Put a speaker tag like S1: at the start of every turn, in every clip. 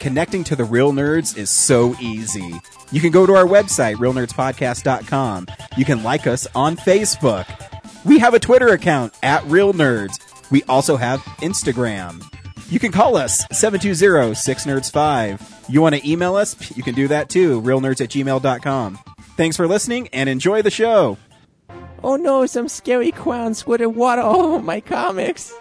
S1: connecting to the real nerds is so easy. You can go to our website, realnerdspodcast.com. You can like us on Facebook. We have a Twitter account at Real Nerds. We also have Instagram. You can call us 720-6nerds5. You want to email us? You can do that too, realnerds at gmail.com. Thanks for listening and enjoy the show.
S2: Oh no, some scary clown squirted water all over my comics.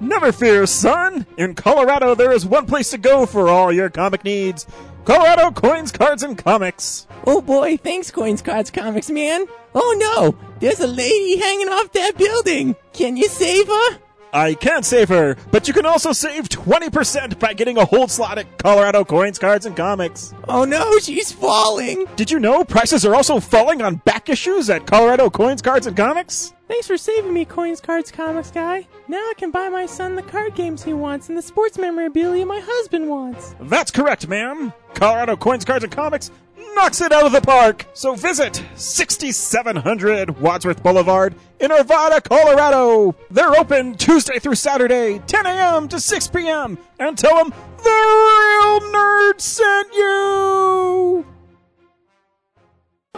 S3: Never fear, son! In Colorado, there is one place to go for all your comic needs Colorado Coins, Cards, and Comics!
S2: Oh boy, thanks, Coins Cards Comics, man. Oh no, there's a lady hanging off that building. Can you save her?
S3: I can't save her, but you can also save 20% by getting a hold slot at Colorado Coins, Cards, and Comics.
S2: Oh no, she's falling.
S3: Did you know prices are also falling on back issues at Colorado Coins, Cards, and Comics?
S2: Thanks for saving me, Coins Cards Comics guy. Now I can buy my son the card games he wants and the sports memorabilia my husband wants.
S3: That's correct, ma'am. Colorado Coins, Cards, and Comics knocks it out of the park. So visit 6700 Wadsworth Boulevard in Arvada, Colorado. They're open Tuesday through Saturday, 10 a.m. to 6 p.m. And tell them the real nerd sent you.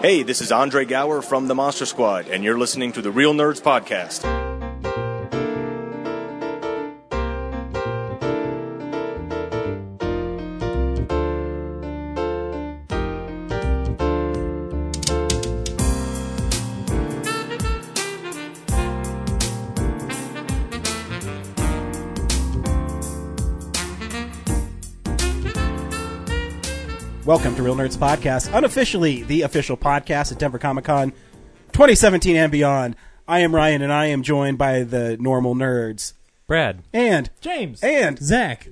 S4: Hey, this is Andre Gower from the Monster Squad, and you're listening to the Real Nerds Podcast.
S1: Welcome to Real Nerds Podcast, unofficially the official podcast at Denver Comic Con 2017 and beyond. I am Ryan, and I am joined by the normal nerds.
S5: Brad.
S1: And
S6: James.
S1: And
S6: Zach.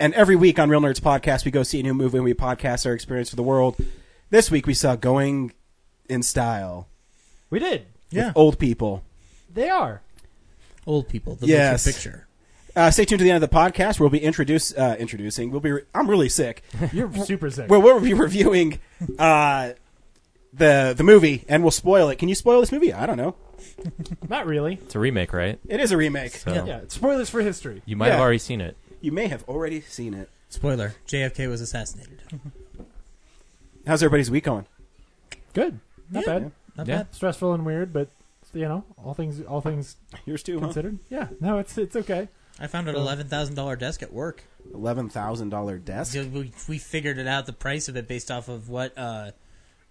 S1: And every week on Real Nerds Podcast, we go see a new movie and we podcast our experience for the world. This week we saw Going in Style.
S6: We did.
S1: Yeah. Old people.
S6: They are.
S7: Old people. The
S1: Yes.
S7: motion picture.
S1: Uh, stay tuned to the end of the podcast. We'll be introduce, uh, introducing. We'll be. Re- I'm really sick.
S6: You're super sick.
S1: Well, we'll be reviewing uh, the the movie, and we'll spoil it. Can you spoil this movie? I don't know.
S6: Not really.
S5: It's a remake, right?
S1: It is a remake.
S5: So
S6: Yeah. Spoilers for history.
S5: you might
S1: Yeah.
S5: have already seen it.
S1: You may have already seen it.
S7: Spoiler: JFK was assassinated.
S1: How's everybody's week going?
S6: Good. Not
S7: Yeah.
S6: bad.
S7: Not
S5: Yeah.
S7: bad.
S6: Stressful and weird, but you know, all things all things
S1: Yours too. Huh?
S6: considered. Yeah. No, it's it's okay.
S7: I found an eleven thousand dollar desk at work.
S1: Eleven thousand dollar desk.
S7: So we, we figured it out the price of it based off of what uh,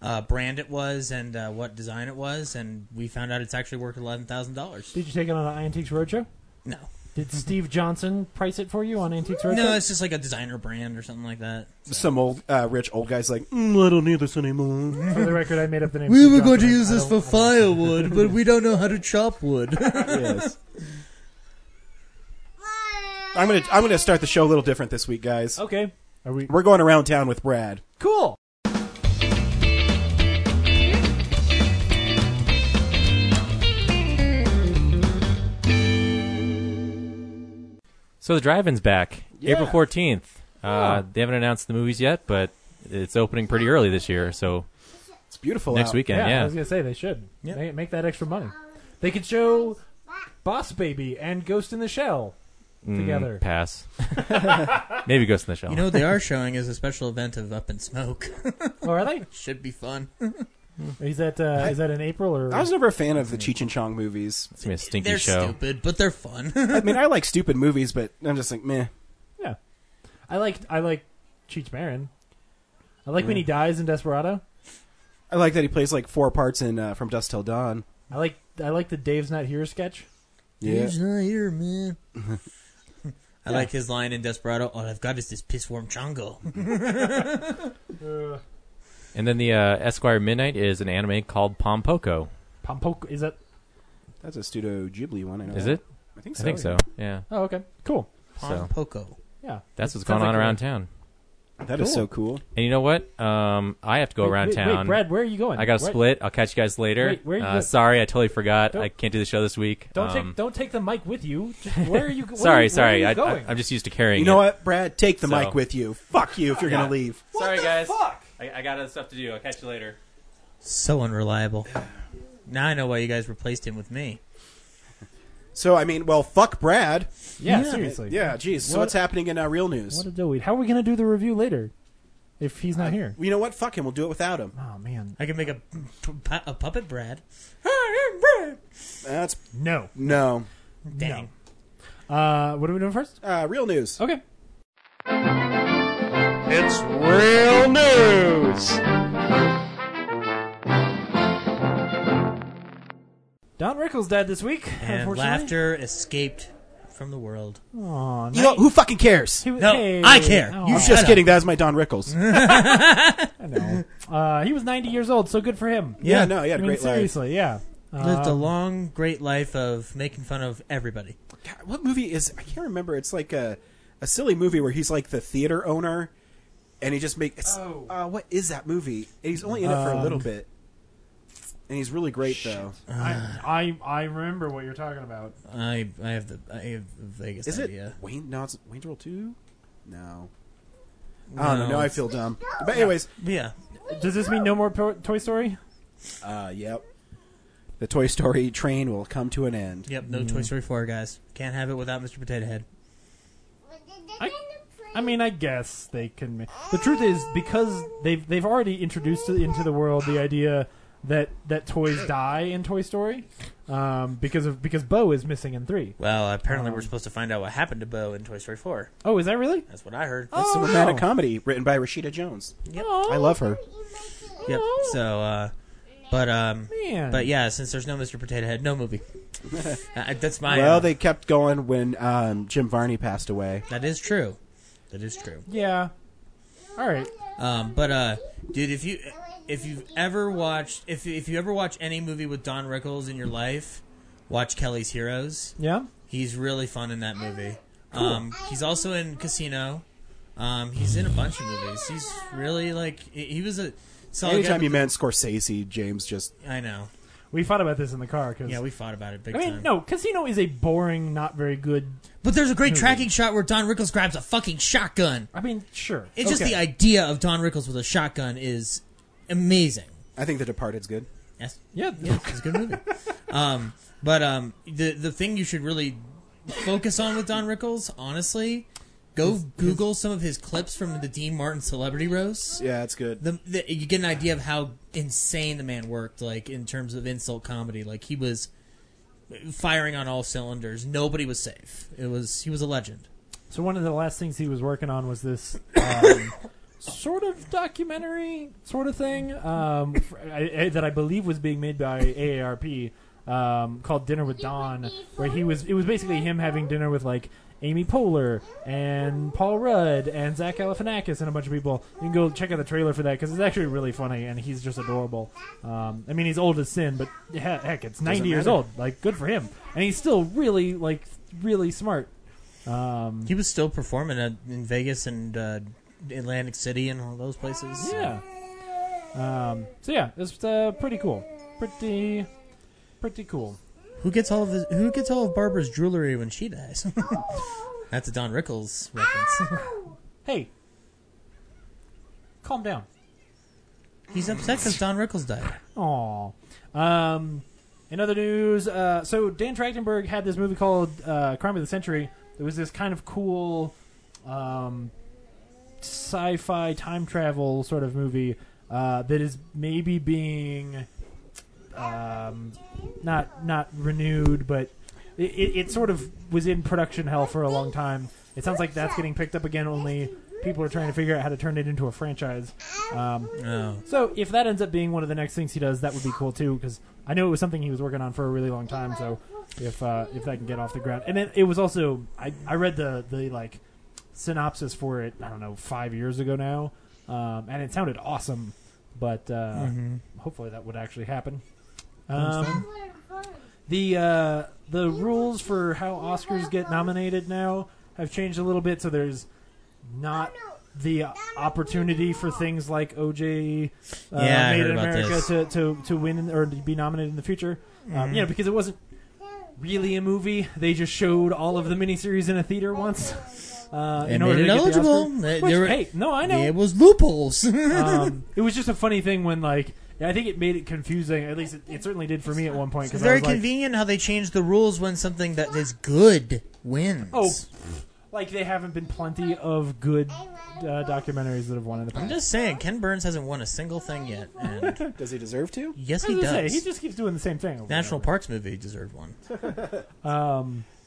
S7: uh, brand it was and uh, what design it was, and we found out it's actually worth eleven thousand dollars.
S6: Did you take it on an Antiques Roadshow?
S7: No,
S6: Did Steve Johnson price it for you on Antiques Roadshow?
S7: no, it's just like a designer brand or something like that.
S1: Some old uh, rich old guys like mm, I don't need this anymore.
S6: for the record, I made up the name. Steve Johnson. I- I don't- I don't-
S7: firewood, but we don't know how to chop wood.
S1: yes. I'm gonna I'm gonna start the show a little different this week, guys.
S6: Okay. Are we
S1: We're going around town with Brad.
S6: cool?
S5: So the drive-in's back,
S1: Yeah.
S5: April fourteenth. Uh, They haven't announced the movies yet, but it's opening pretty early this year. So
S1: It's beautiful
S5: next
S1: out.
S5: weekend,
S6: I
S5: yeah.
S6: was gonna say they should. They make that extra money. They could show Boss Baby and Ghost in the Shell
S5: Mm,
S6: together.
S5: pass. Maybe Ghost in the Shell.
S7: you know what they are showing is a special event of Up in Smoke.
S6: or Oh, are they?
S7: Should be fun.
S6: Is that uh, is that in April or?
S1: I was never a fan of the Cheech and Chong movies.
S5: it's gonna be a stinky
S7: They're
S5: show.
S7: stupid, but they're fun.
S1: I mean, I like stupid movies, but I'm just like meh.
S6: Yeah, I liked I like Cheech Marin. I like when he
S5: Mm.
S6: dies in Desperado.
S1: I like that he plays like four parts in uh, From Dusk Till Dawn.
S6: I like I like the Dave's not here sketch.
S1: Yeah.
S7: He's not here, man. I like his line in Desperado. All I've got is this piss warm chongo.
S5: And then the uh, Esquire Midnight is an anime called Pom Poko.
S6: Pompoko is that?
S1: That's a Studio Ghibli one. I know.
S5: Is
S1: that.
S5: it?
S1: I think
S5: I
S1: so.
S5: think so. Yeah,
S6: Oh, okay, cool.
S5: So.
S7: Poco.
S6: Yeah,
S5: that's what's
S6: Sounds
S5: going on
S6: like a-
S5: around town.
S1: That is so cool.
S5: And you know what? Um, I have to go
S6: Wait,
S5: around
S6: wait,
S5: town.
S6: Wait, Brad, where are you going?
S5: I got a
S6: Where-
S5: split. I'll catch you guys later.
S6: Wait, where you
S5: uh,
S6: go-
S5: Sorry, I totally forgot.
S6: Don't-
S5: I can't do the show this week.
S6: Don't
S5: Um,
S6: take don't take the mic with you. Just- Where are you? go- where are
S5: sorry,
S6: you-
S5: sorry.
S6: Where
S5: I,
S6: are you going?
S5: I, am just used to carrying.
S1: You know
S5: it.
S1: what, Brad? Take the
S5: So-
S1: mic with you. Fuck you if you're gonna leave.
S5: Sorry, guys.
S6: fuck?
S5: I, I got other stuff to do. I'll catch you later.
S7: So unreliable. Now I know why you guys replaced him with me.
S3: So I mean, well, fuck Brad.
S6: Yeah, seriously.
S3: Yeah, geez. So
S6: What-
S3: what's happening in uh, real
S6: What
S3: news?
S6: a dough How are we going to do the review later if he's not here?
S3: you know what? Fuck him. We'll do it without him.
S6: Oh, man.
S7: I can make a, a puppet Brad.
S3: That's
S6: No.
S3: no
S7: Dang.
S6: Uh, what are we doing first?
S3: uh, real news.
S6: Okay.
S8: It's real news.
S6: Don Rickles died this week.
S7: And
S6: unfortunately.
S7: laughter escaped from the world.
S6: Aw,
S3: You know who fucking cares?
S6: He was-
S7: No,
S6: hey.
S7: I care.
S6: Oh,
S7: You
S3: I'm
S7: shut
S3: just
S7: up.
S3: kidding. That was my Don Rickles. yeah,
S6: I know. Uh, he was 90 years old, so good for him.
S7: Yeah.
S3: no, he
S6: I
S3: had a
S6: mean,
S3: great life.
S6: seriously, yeah. Uh,
S7: Lived a long, great life of making fun of everybody.
S3: God, what movie is? I can't remember. It's like a a silly movie where he's like the theater owner, and he just makes. Oh. Uh, what is that movie? And he's only in it for a little bit, and he's really great though.
S6: I, I I remember what you're talking about.
S7: I I have the I have the Vegas
S3: Is it
S7: idea.
S3: Wayne? No, it's Wayne's World Two. No. I don't know.
S7: No.
S3: Now I feel dumb. But anyways,
S7: Yeah.
S6: Does this mean no more po- Toy Story?
S3: uh, yep. The Toy Story train will come to an end.
S7: Yep. No Toy Story Four, guys. Can't have it without Mr. Potato Head.
S6: I, I mean, I guess they can. ma- The truth is, because they've they've already introduced it into the world the idea that that toys die in Toy Story, um, because of because Bo is missing in three.
S7: Well, apparently
S3: Um,
S7: we're supposed to find out what happened to Bo in Toy Story Four.
S6: Oh, is that really?
S7: That's what I heard.
S3: It's a
S6: Oh,
S3: romantic
S6: no.
S3: comedy written by Rashida Jones.
S7: Yep.
S6: Oh,
S3: I love her.
S7: Yep. So, uh, but um,
S6: Man.
S7: but yeah, since there's no Mr. Potato Head, no movie. Uh, that's my. uh,
S3: Well, they kept going when um, Jim Varney passed away.
S7: that is true. That is true.
S6: Yeah. All right.
S7: Um, but uh, dude, if you if you've ever watched if if you ever watch any movie with Don Rickles in your life, watch Kelly's Heroes.
S6: Yeah.
S7: He's really fun in that movie. Um, he's also in Casino. Um, he's in a bunch of movies. He's really like he he was a solid guy,
S3: Anytime
S7: but-
S3: you meant Scorsese, James just
S7: I know.
S6: We fought about this in the car because
S7: Yeah, we fought about it big
S6: I mean,
S7: time.
S6: no, Casino is a boring, not very good.
S7: But there's a great tracking shot where Don Rickles grabs a fucking shotgun.
S6: I mean, sure.
S7: It's just
S6: Okay.
S7: the idea of Don Rickles with a shotgun is amazing.
S3: I think The Departed's good.
S7: Yes.
S6: yeah.
S7: Yeah, it's a good movie. um, but um, the the thing you should really focus on with Don Rickles, honestly, go Google some of his clips from the Dean Martin Celebrity Roast.
S3: Yeah, it's good.
S7: The, the, you get an idea of how insane the man worked, like in terms of insult comedy. Like he was firing on all cylinders. Nobody was safe. It was he was a legend.
S6: So one of the last things he was working on was this um, sort of documentary sort of thing um, f- I- I- that I believe was being made by AARP um, called Dinner with Don, where he was. It was basically him having dinner with like. Amy Poehler and Paul Rudd and Zach Galifianakis and a bunch of people. You can go check out the trailer for that because it's actually really funny and he's just adorable. Um, I mean, he's old as sin, but he- heck, it's 90 years
S3: matter.
S6: old. Like, good for him. And he's still really, like, really smart. Um,
S7: He was still performing at, in Vegas and uh, Atlantic City and all those places.
S6: Yeah. Um, so yeah, it's uh, pretty cool. Pretty, pretty cool.
S7: Who gets all of his, who gets all of Barbara's jewelry when she dies? That's a Don Rickles
S6: Ah!
S7: reference.
S6: Hey, calm down.
S7: He's upset because Don Rickles died.
S6: Aw. Um, in other news, uh, so Dan Trachtenberg had this movie called uh, Crime of the Century. It was this kind of cool um, sci-fi time travel sort of movie uh, that is maybe being um, not not renewed, but it, it, it sort of was in production hell for a long time. It sounds like that's getting picked up again. Only people are trying to figure out how to turn it into a franchise. Um,
S7: No.
S6: so if that ends up being one of the next things he does, that would be cool too, because I know it was something he was working on for a really long time. So if uh, if that can get off the ground, and it, it was also I, I read the the like synopsis for it. I don't know five years ago now, um, and it sounded awesome. But uh, hopefully that would actually happen. Um, the uh, the rules for how Oscars get nominated now have changed a little bit, so there's not the opportunity for things like OJ uh,
S7: Yeah, I
S6: Made
S7: heard
S6: in
S7: about
S6: America
S7: this.
S6: to, to, to win in- or to be nominated in the future. Um,
S7: Mm.
S6: you know, because it wasn't really a movie; they just showed all of the miniseries in a theater once. Uh, in
S7: And
S6: order
S7: made it
S6: to get the
S7: eligible.
S6: Oscar.
S7: They- they
S6: Which,
S7: were-
S6: hey, no, I know
S7: It was loopholes.
S6: um, it was just a funny thing when like Yeah, I think it made it confusing. At least it, it certainly did for me at one point.
S7: It's
S6: Because
S7: very
S6: like,
S7: convenient how they change the rules when something that is good wins.
S6: Oh, like they haven't been plenty of good uh, documentaries that have won in the
S7: I'm
S6: past.
S7: just saying, Ken Burns hasn't won a single thing yet, and
S1: Does he deserve to?
S7: yes,
S6: I
S7: he
S6: was gonna
S7: does.
S6: Say, he just keeps doing the same thing. Over and
S7: National
S6: over.
S7: Parks movie deserved one.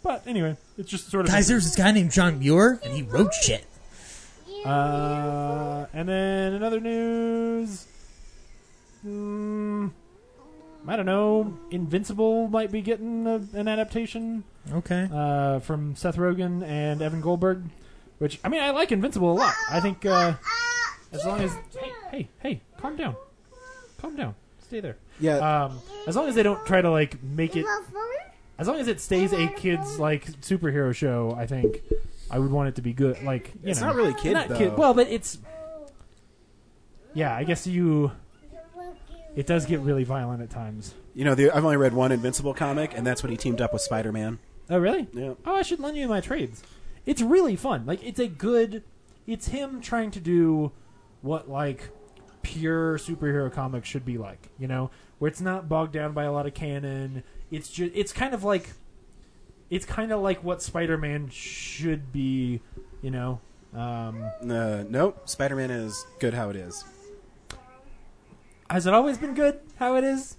S6: But anyway, it's just sort of
S7: Guys, there's this guy named John Muir, and he wrote shit.
S6: Uh, and then another news. Mm, I don't know. Invincible might be getting a, an adaptation
S7: Okay.
S6: uh, from Seth Rogen and Evan Goldberg. Which I mean, I like Invincible a lot. I think uh, as long
S9: Uh,
S6: as hey, hey, hey, calm down, calm down, stay there.
S1: Yeah.
S6: Um, as long as they don't try to like make it, as long as it stays a kids like superhero show, I think I would want it to be good. Like you
S1: it's
S6: know,
S1: not really kid
S6: not
S1: though.
S6: kid- Well, but it's. Yeah, I guess you. It does get really violent at times.
S1: you know, the, I've only read one Invincible comic, and that's when he teamed up with Spider Man.
S6: Oh, really?
S1: Yeah.
S6: Oh, I should lend you my trades. It's really fun. Like, it's a good. It's him trying to do what, like, pure superhero comics should be like, you know? Where it's not bogged down by a lot of canon. It's just. It's kind of like. It's kind of like what Spider Man should be, you know? Um,
S1: Uh, nope, Spider Man is good how it is.
S6: has it always been good how it is?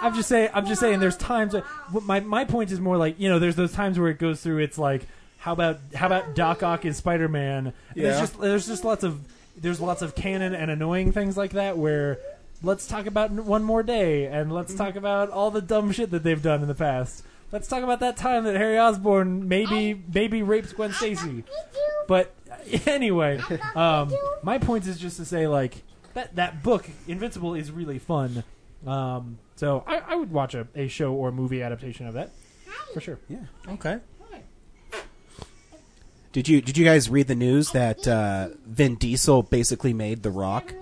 S6: I'm just saying. I'm just saying. There's times. what My my point is more like you know. There's those times where it goes through. It's like how about how about Doc Ock is Spider Man? There's
S1: Yeah.
S6: just there's just lots of there's lots of canon and annoying things like that where let's talk about one more day and let's talk about all the dumb shit that they've done in the past. Let's talk about that time that Harry Osborn maybe maybe raped Gwen Stacy. But anyway, um, my point is just to say like that that book Invincible is really fun. Um, so I, I would watch a, a show or movie adaptation of that for sure.
S7: Okay.
S1: Did you Did you guys read the news that uh, Vin Diesel basically made The Rock?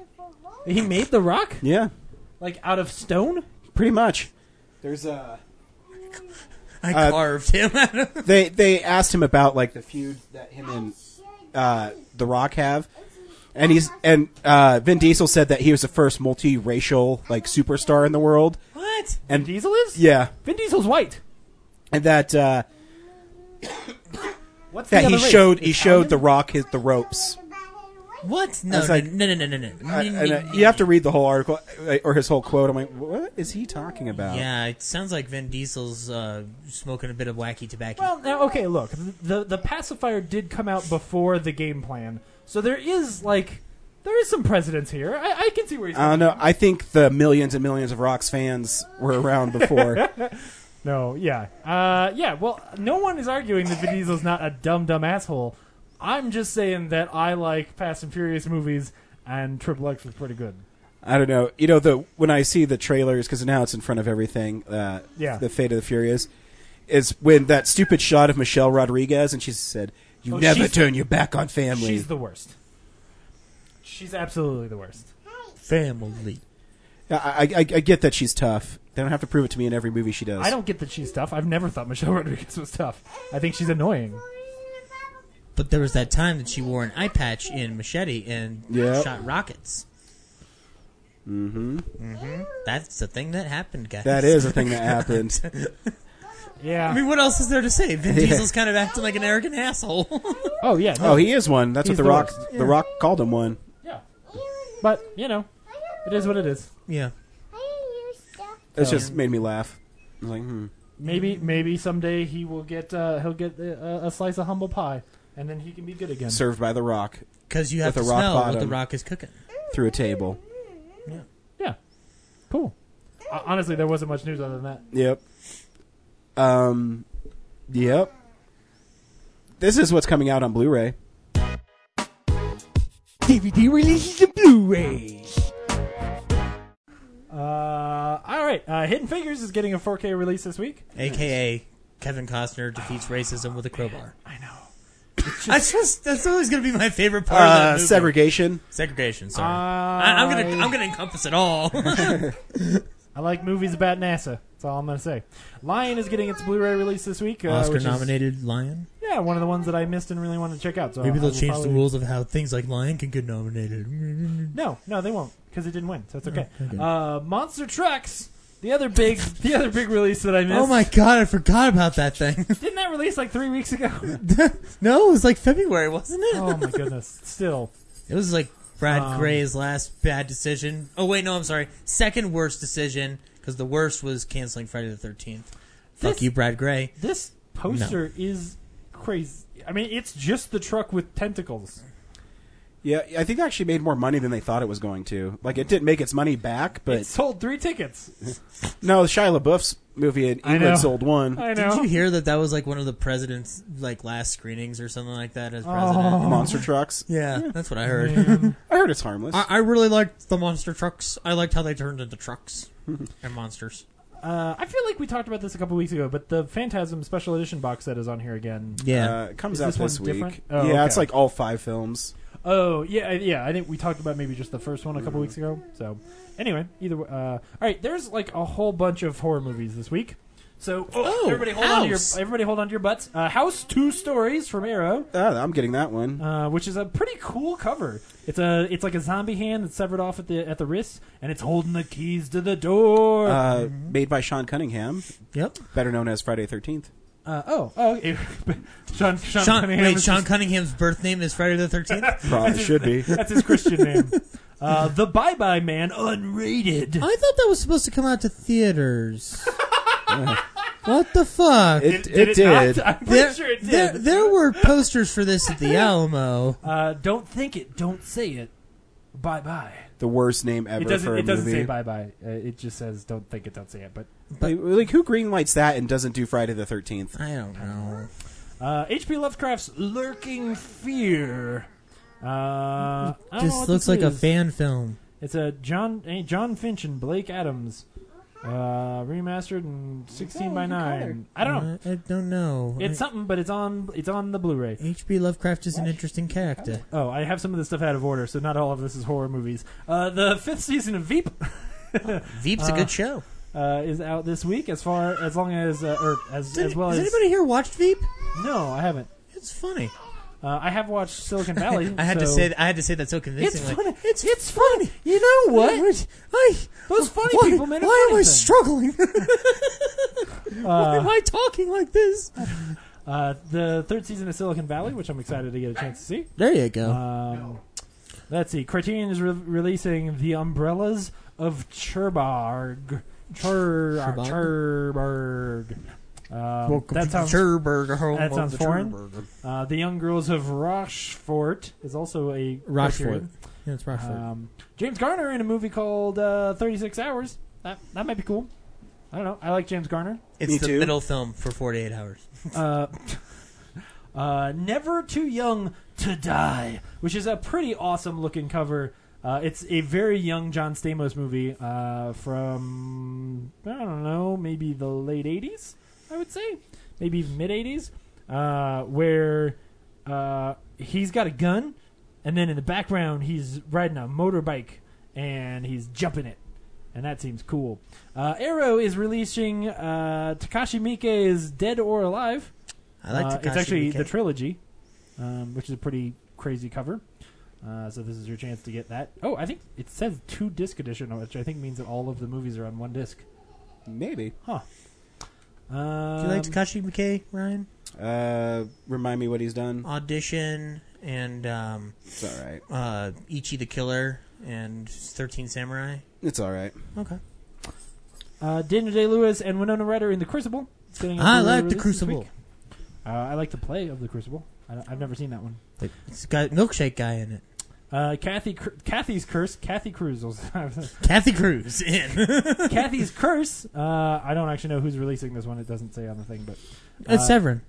S6: He made The Rock
S1: Yeah,
S6: like out of stone.
S1: pretty much. There's uh,
S7: I
S1: Uh,
S7: carved him out of
S1: they they asked him about like the feud that him and uh, The Rock have, and he's and uh, Vin Diesel said that he was the first multiracial like superstar in the world.
S7: What?
S1: And
S6: Vin Diesel is.
S1: yeah,
S6: Vin Diesel's white.
S1: and that uh,
S6: What's
S1: that
S6: the
S1: he
S6: other race?
S1: showed he showed
S6: Italian?
S1: The Rock his the ropes.
S7: What? No,
S1: That's like-
S7: no, no, no, no, no, no.
S1: I- and, uh, you have to read the whole article uh, or his whole quote. I'm like, what is he talking about?
S7: Yeah, it sounds like Vin Diesel's uh, smoking a bit of wacky tobacco.
S6: Well, now okay. Look, the the pacifier did come out before the game plan, so there is like there is some precedence here. I, I can see where he's.
S1: I don't know. I think the millions and millions of Rocks fans were around before.
S6: No, yeah. Uh, yeah, well, no one is arguing that Vin Diesel's not a dumb, dumb asshole. I'm just saying that I like Fast and Furious movies, and Triple X was pretty good.
S1: I don't know. You know, the when I see the trailers because now it's in front of everything. Uh,
S6: Yeah.
S1: the Fate of the Furious is when that stupid shot of Michelle Rodriguez and she said, "You
S6: Oh,
S1: never
S6: she's-
S1: turn your back on family."
S6: She's the worst. She's absolutely the worst.
S7: Family.
S1: I, I, I I get that she's tough. They don't have to prove it to me in every movie she does.
S6: I don't get that she's tough. I've never thought Michelle Rodriguez was tough. I think she's annoying.
S7: But there was that time that she wore an eye patch in Machete and
S1: Yeah.
S7: shot rockets. Mm-hmm. Mm-hmm. That's the thing that happened, guys.
S1: That is a thing that happened.
S6: Yeah.
S7: I mean, what else is there to say? Vin
S1: Yeah.
S7: Diesel's kind of acting like an arrogant asshole.
S6: oh, yeah. no,
S1: Oh, he is one. That's
S6: He's
S1: what the,
S6: the
S1: Rock.
S6: worst.
S1: The Rock called him one.
S6: yeah. But, you know, it is what it is.
S7: yeah.
S6: Oh.
S1: It's just made me laugh. I was like, hmm.
S6: Maybe maybe someday he will get uh, he'll get uh, a slice of humble pie and then he can be good again.
S1: served by the Rock
S7: Because you have
S1: With
S7: to
S1: a rock
S7: smell what the
S1: bottom.
S7: rock is cooking.
S1: through a table.
S6: Yeah. Cool. Uh, honestly, there wasn't much news other than that.
S1: Yep. Um, yep. This is what's coming out on Blu-ray.
S6: DVD releases and Blu-rays. Uh, all right. Uh, Hidden Figures is getting a 4K release this week.
S7: AKA Kevin Costner
S1: Ah.
S7: defeats racism with a crowbar.
S6: I know.
S7: That's just that's always going to be my favorite part of that
S1: Uh,
S7: movie.
S1: segregation.
S7: Segregation, sorry.
S6: Uh,
S7: I, I'm gonna I'm gonna encompass it all.
S1: Oh
S6: I like movies about NASA. That's all I'm gonna say. Lion is getting its Blu-ray release this week. Uh, which is-
S7: Lion.
S6: yeah, one of the ones that I missed and really wanted to check out. So I will Oh, probably-
S7: of how things like Lion can get nominated.
S6: No, no, they won't. because it didn't win, so it's okay. Uh, Monster Trucks, the other big, the other big release that I missed.
S7: Oh my god, I forgot about that thing.
S6: Didn't that release like three weeks ago?
S7: no, it was like February, wasn't it?
S6: oh my goodness! Still,
S7: It was like Brad
S6: Um,
S7: Gray's last bad decision. Oh wait, no, I'm sorry. Second worst decision because the worst was canceling Friday the Thirteenth. Fuck
S6: This-
S7: you, Brad Gray.
S6: this poster is crazy. I mean, it's just the truck with tentacles.
S3: Yeah, I think it actually made more money than they thought it was going to. Like it didn't make its money back, but
S6: It sold three tickets.
S3: no, Shia LaBeouf's movie in
S6: I
S3: England
S6: know.
S3: sold one.
S6: I know.
S7: Did you hear that? That was like one of the president's like last screenings or something like that as president.
S6: Oh.
S3: Monster trucks.
S7: Yeah, that's what I heard.
S3: I heard it's harmless.
S7: I, I really liked the monster trucks. I liked how they turned into trucks and monsters.
S6: Uh, I feel like we talked about this a couple weeks ago, but the Phantasm Special Edition box set is on here again.
S3: uh, it comes
S6: Is
S3: out
S6: this
S3: this,
S6: one
S3: week.
S6: different? Oh,
S3: yeah,
S6: okay.
S3: it's like all five films.
S6: Oh yeah, I- yeah. I think we talked about maybe just the first one a couple weeks ago. So anyway, either way, uh, all right. There's like a whole bunch of horror movies this week. So oh,
S7: Oh,
S6: everybody hold on to your
S7: House.
S6: everybody hold on to your butts. Uh, House Two Stories from Arrow,
S3: Ah, I'm getting that one.
S6: uh, which is a pretty cool cover. It's a it's like a zombie hand that's severed off at the at the wrist, and it's holding the keys to the door.
S3: Uh,
S6: mm-hmm.
S3: made by Sean Cunningham,
S7: yep.
S3: better known as Friday Thirteenth.
S6: Uh, oh oh, it- Sean Sean,
S7: Sean,
S6: Cunningham
S7: wait,
S6: is
S7: Sean Cunningham's birth name is Friday the Thirteenth.
S3: Probably should be.
S6: That's his Christian name. Uh, the Bye Bye Man, unrated.
S7: I thought that was supposed to come out to theaters. what the fuck?
S3: It,
S6: Did
S3: it,
S6: not?
S3: did.
S6: I'm pretty sure it did.
S7: There, there were posters for this at the Alamo.
S6: Uh, don't think it. Don't say it. Bye bye.
S3: The worst name ever
S6: It doesn't.
S3: for a
S6: It doesn't
S3: movie.
S6: say bye bye. Uh, it just says don't think it. Don't say it. But
S3: Like, like, who greenlights that and doesn't do Friday the Thirteenth?
S7: I don't know.
S6: uh, H.P. Lovecraft's lurking fear. Uh, I don't know
S7: Just
S6: what
S7: looks
S6: this
S7: like a
S6: is.
S7: fan film.
S6: It's a John eh, John Finch and Blake Adams. Uh, remastered in sixteen by nine. I don't know.
S7: I don't know.
S6: It's something, but it's on. It's on the Blu-ray.
S7: H.P. Lovecraft is an interesting character.
S6: Oh, I have some of this stuff out of order, so not all of this is horror movies. Uh, the fifth season of Veep
S7: Veep's a good show.
S6: uh, is out this week, as far as long as uh, or as, as well
S7: has
S6: as
S7: anybody here watched Veep?
S6: no, I haven't.
S7: It's funny.
S6: Uh, I have watched Silicon Valley.
S7: I had to
S6: so-
S7: say I had to say that so
S6: it's
S7: convincingly.
S6: funny. It's it's funny. You know what?
S7: I,
S6: Those funny
S7: why,
S6: people made a
S7: Why
S6: funny
S7: am I
S6: thing.
S7: struggling? Uh, why am I talking like this?
S6: Uh, the third season of Silicon Valley, which I'm excited to get a chance to see.
S7: There you go.
S6: Um, let's see. Criterion is re- releasing The Umbrellas of Cherbourg. Cher- Cherbourg. Um, that sounds
S7: Cherburger.
S6: that sounds foreign. Uh, the Young Girls of Rochefort is also a
S7: Rochefort. Uh,
S6: Criterion.
S7: Yeah, it's Rochefort.
S6: Um, James Garner in a movie called uh, 36 Hours. That that might be cool. I don't know. I like James Garner.
S7: it's
S3: me
S7: the
S3: too.
S7: middle film for 48 hours.
S6: Uh, uh, Never Too Young to Die, which is a pretty awesome looking cover. Uh, it's a very young John Stamos movie uh, from, I don't know, maybe the late 80s, I would say. Maybe mid 80s, uh, where uh, he's got a gun, and then in the background, he's riding a motorbike and he's jumping it. And that seems cool. Uh, Arrow is releasing uh, Takashi Miike's Dead or Alive.
S7: I like
S6: Uh,
S7: Takashi
S6: it's actually
S7: Miike.
S6: the trilogy, um, which is a pretty crazy cover. Uh, so this is your chance to get that. Oh, I think it says two disc edition, which I think means that all of the movies are on one disc.
S3: Maybe.
S6: Um,
S7: Do you like Takashi Miike, Ryan?
S3: Uh, remind me what he's done.
S7: Audition and um,
S3: It's all right.
S7: uh, Ichi the Killer and 13 Samurai.
S3: It's all right.
S7: Okay.
S6: uh, Daniel Day Lewis and Winona Ryder in The Crucible? It's getting a
S7: I
S6: Blu-ray
S7: like The
S6: release this week.
S7: Crucible.
S6: Uh, I like the play of The Crucible. I, have never seen that one.
S7: It's got Milkshake Guy in it.
S6: Uh, Kathy, Cr- Kathy's Curse. Kathy Cruz.
S7: Kathy Cruz in.
S6: Kathy's Curse. Uh, I don't actually know who's releasing this one. It doesn't say on the thing, but
S7: It's
S6: Uh,
S7: Severin.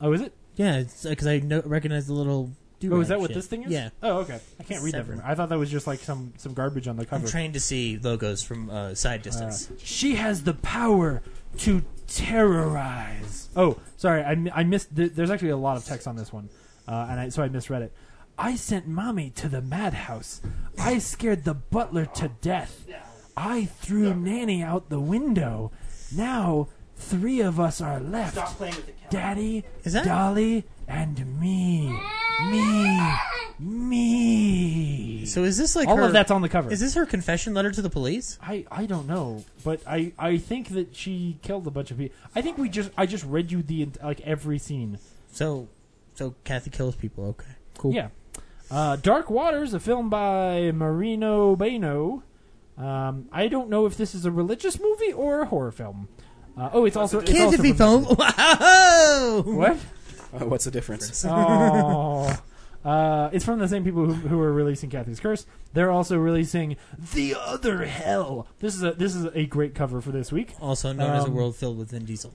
S6: oh, is it?
S7: Yeah, because I know, recognize the little.
S6: Oh,
S7: do-rag
S6: is that what
S7: shit.
S6: this thing is?
S7: Yeah.
S6: Oh, okay. I can't read that.
S7: Severin.
S6: From, I thought that was just like some some garbage on the
S7: I'm
S6: cover.
S7: trained to see logos from uh, side distance.
S6: she has the power to terrorize. Oh, sorry, I, mi- I missed. Th- there's actually a lot of text on this one, uh, and I, so I misread it. I sent mommy to the madhouse. I scared the butler to death. I threw nanny out the window. Now three of us are left. Daddy,
S7: Is that-
S6: Dolly, and me. Me. Me.
S7: So is this like
S6: all
S7: her-
S6: of that's on the cover.
S7: Is this her confession letter to the police?
S6: I, I don't know, but I, I think that she killed a bunch of people. I think we just I just read you the ent- like every scene.
S7: So, so Kathy kills people. Okay, cool.
S6: Yeah. Uh, Dark Waters, a film by Marino Bano. Um, I don't know if this is a religious movie or a horror film. Uh, oh, it's also it's
S7: Kids
S6: also
S7: if he
S6: from-
S7: foam. Wow.
S6: What?
S3: Uh, what's the difference?
S6: Oh. Uh, it's from the same people who, who are releasing Kathy's Curse. They're also releasing The Other Hell. This is a this is a great cover for this week.
S7: Also known as a
S6: Um,
S7: world filled with Vin Diesel.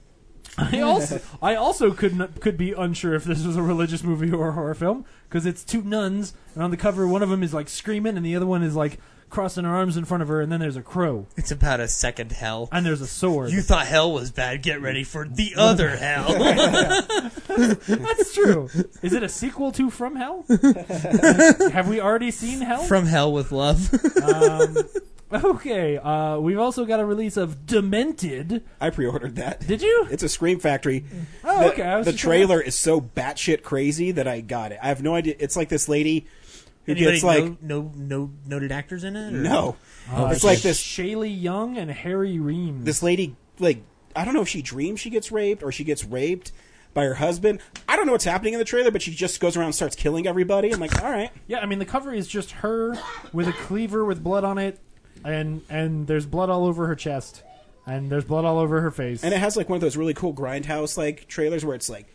S6: I also I also could not, could be unsure if this was a religious movie or a horror film because it's two nuns and on the cover one of them is like screaming and the other one is like crossing her arms in front of her and then there's a crow
S7: It's about a second hell.
S6: and there's a sword.
S7: You thought hell was bad. Get ready for the other hell.
S6: That's true. is it a sequel to From Hell? Have we already seen Hell?
S7: From hell with love.
S6: um, okay, uh, we've also got a release of Demented.
S3: I pre-ordered that.
S6: Did you?
S3: It's a Scream Factory.
S6: Oh,
S3: the,
S6: okay, I was
S3: the
S6: just
S3: trailer is so batshit crazy that I got it. I have no idea. It's like this lady who
S7: Anybody
S3: gets like
S7: no, no no noted actors in it? or-
S3: no. it's
S6: Uh,
S3: like this
S6: Shaylee Young and Harry Reams.
S3: this lady like I don't know if she dreams she gets raped or she gets raped by her husband. I don't know what's happening in the trailer, but she just goes around and starts killing everybody. I'm like, all right,
S6: Yeah, I mean the cover is just her with a cleaver with blood on it, and and there's blood all over her chest, and there's blood all over her face.
S3: and it has like one of those really cool grindhouse like trailers where it's like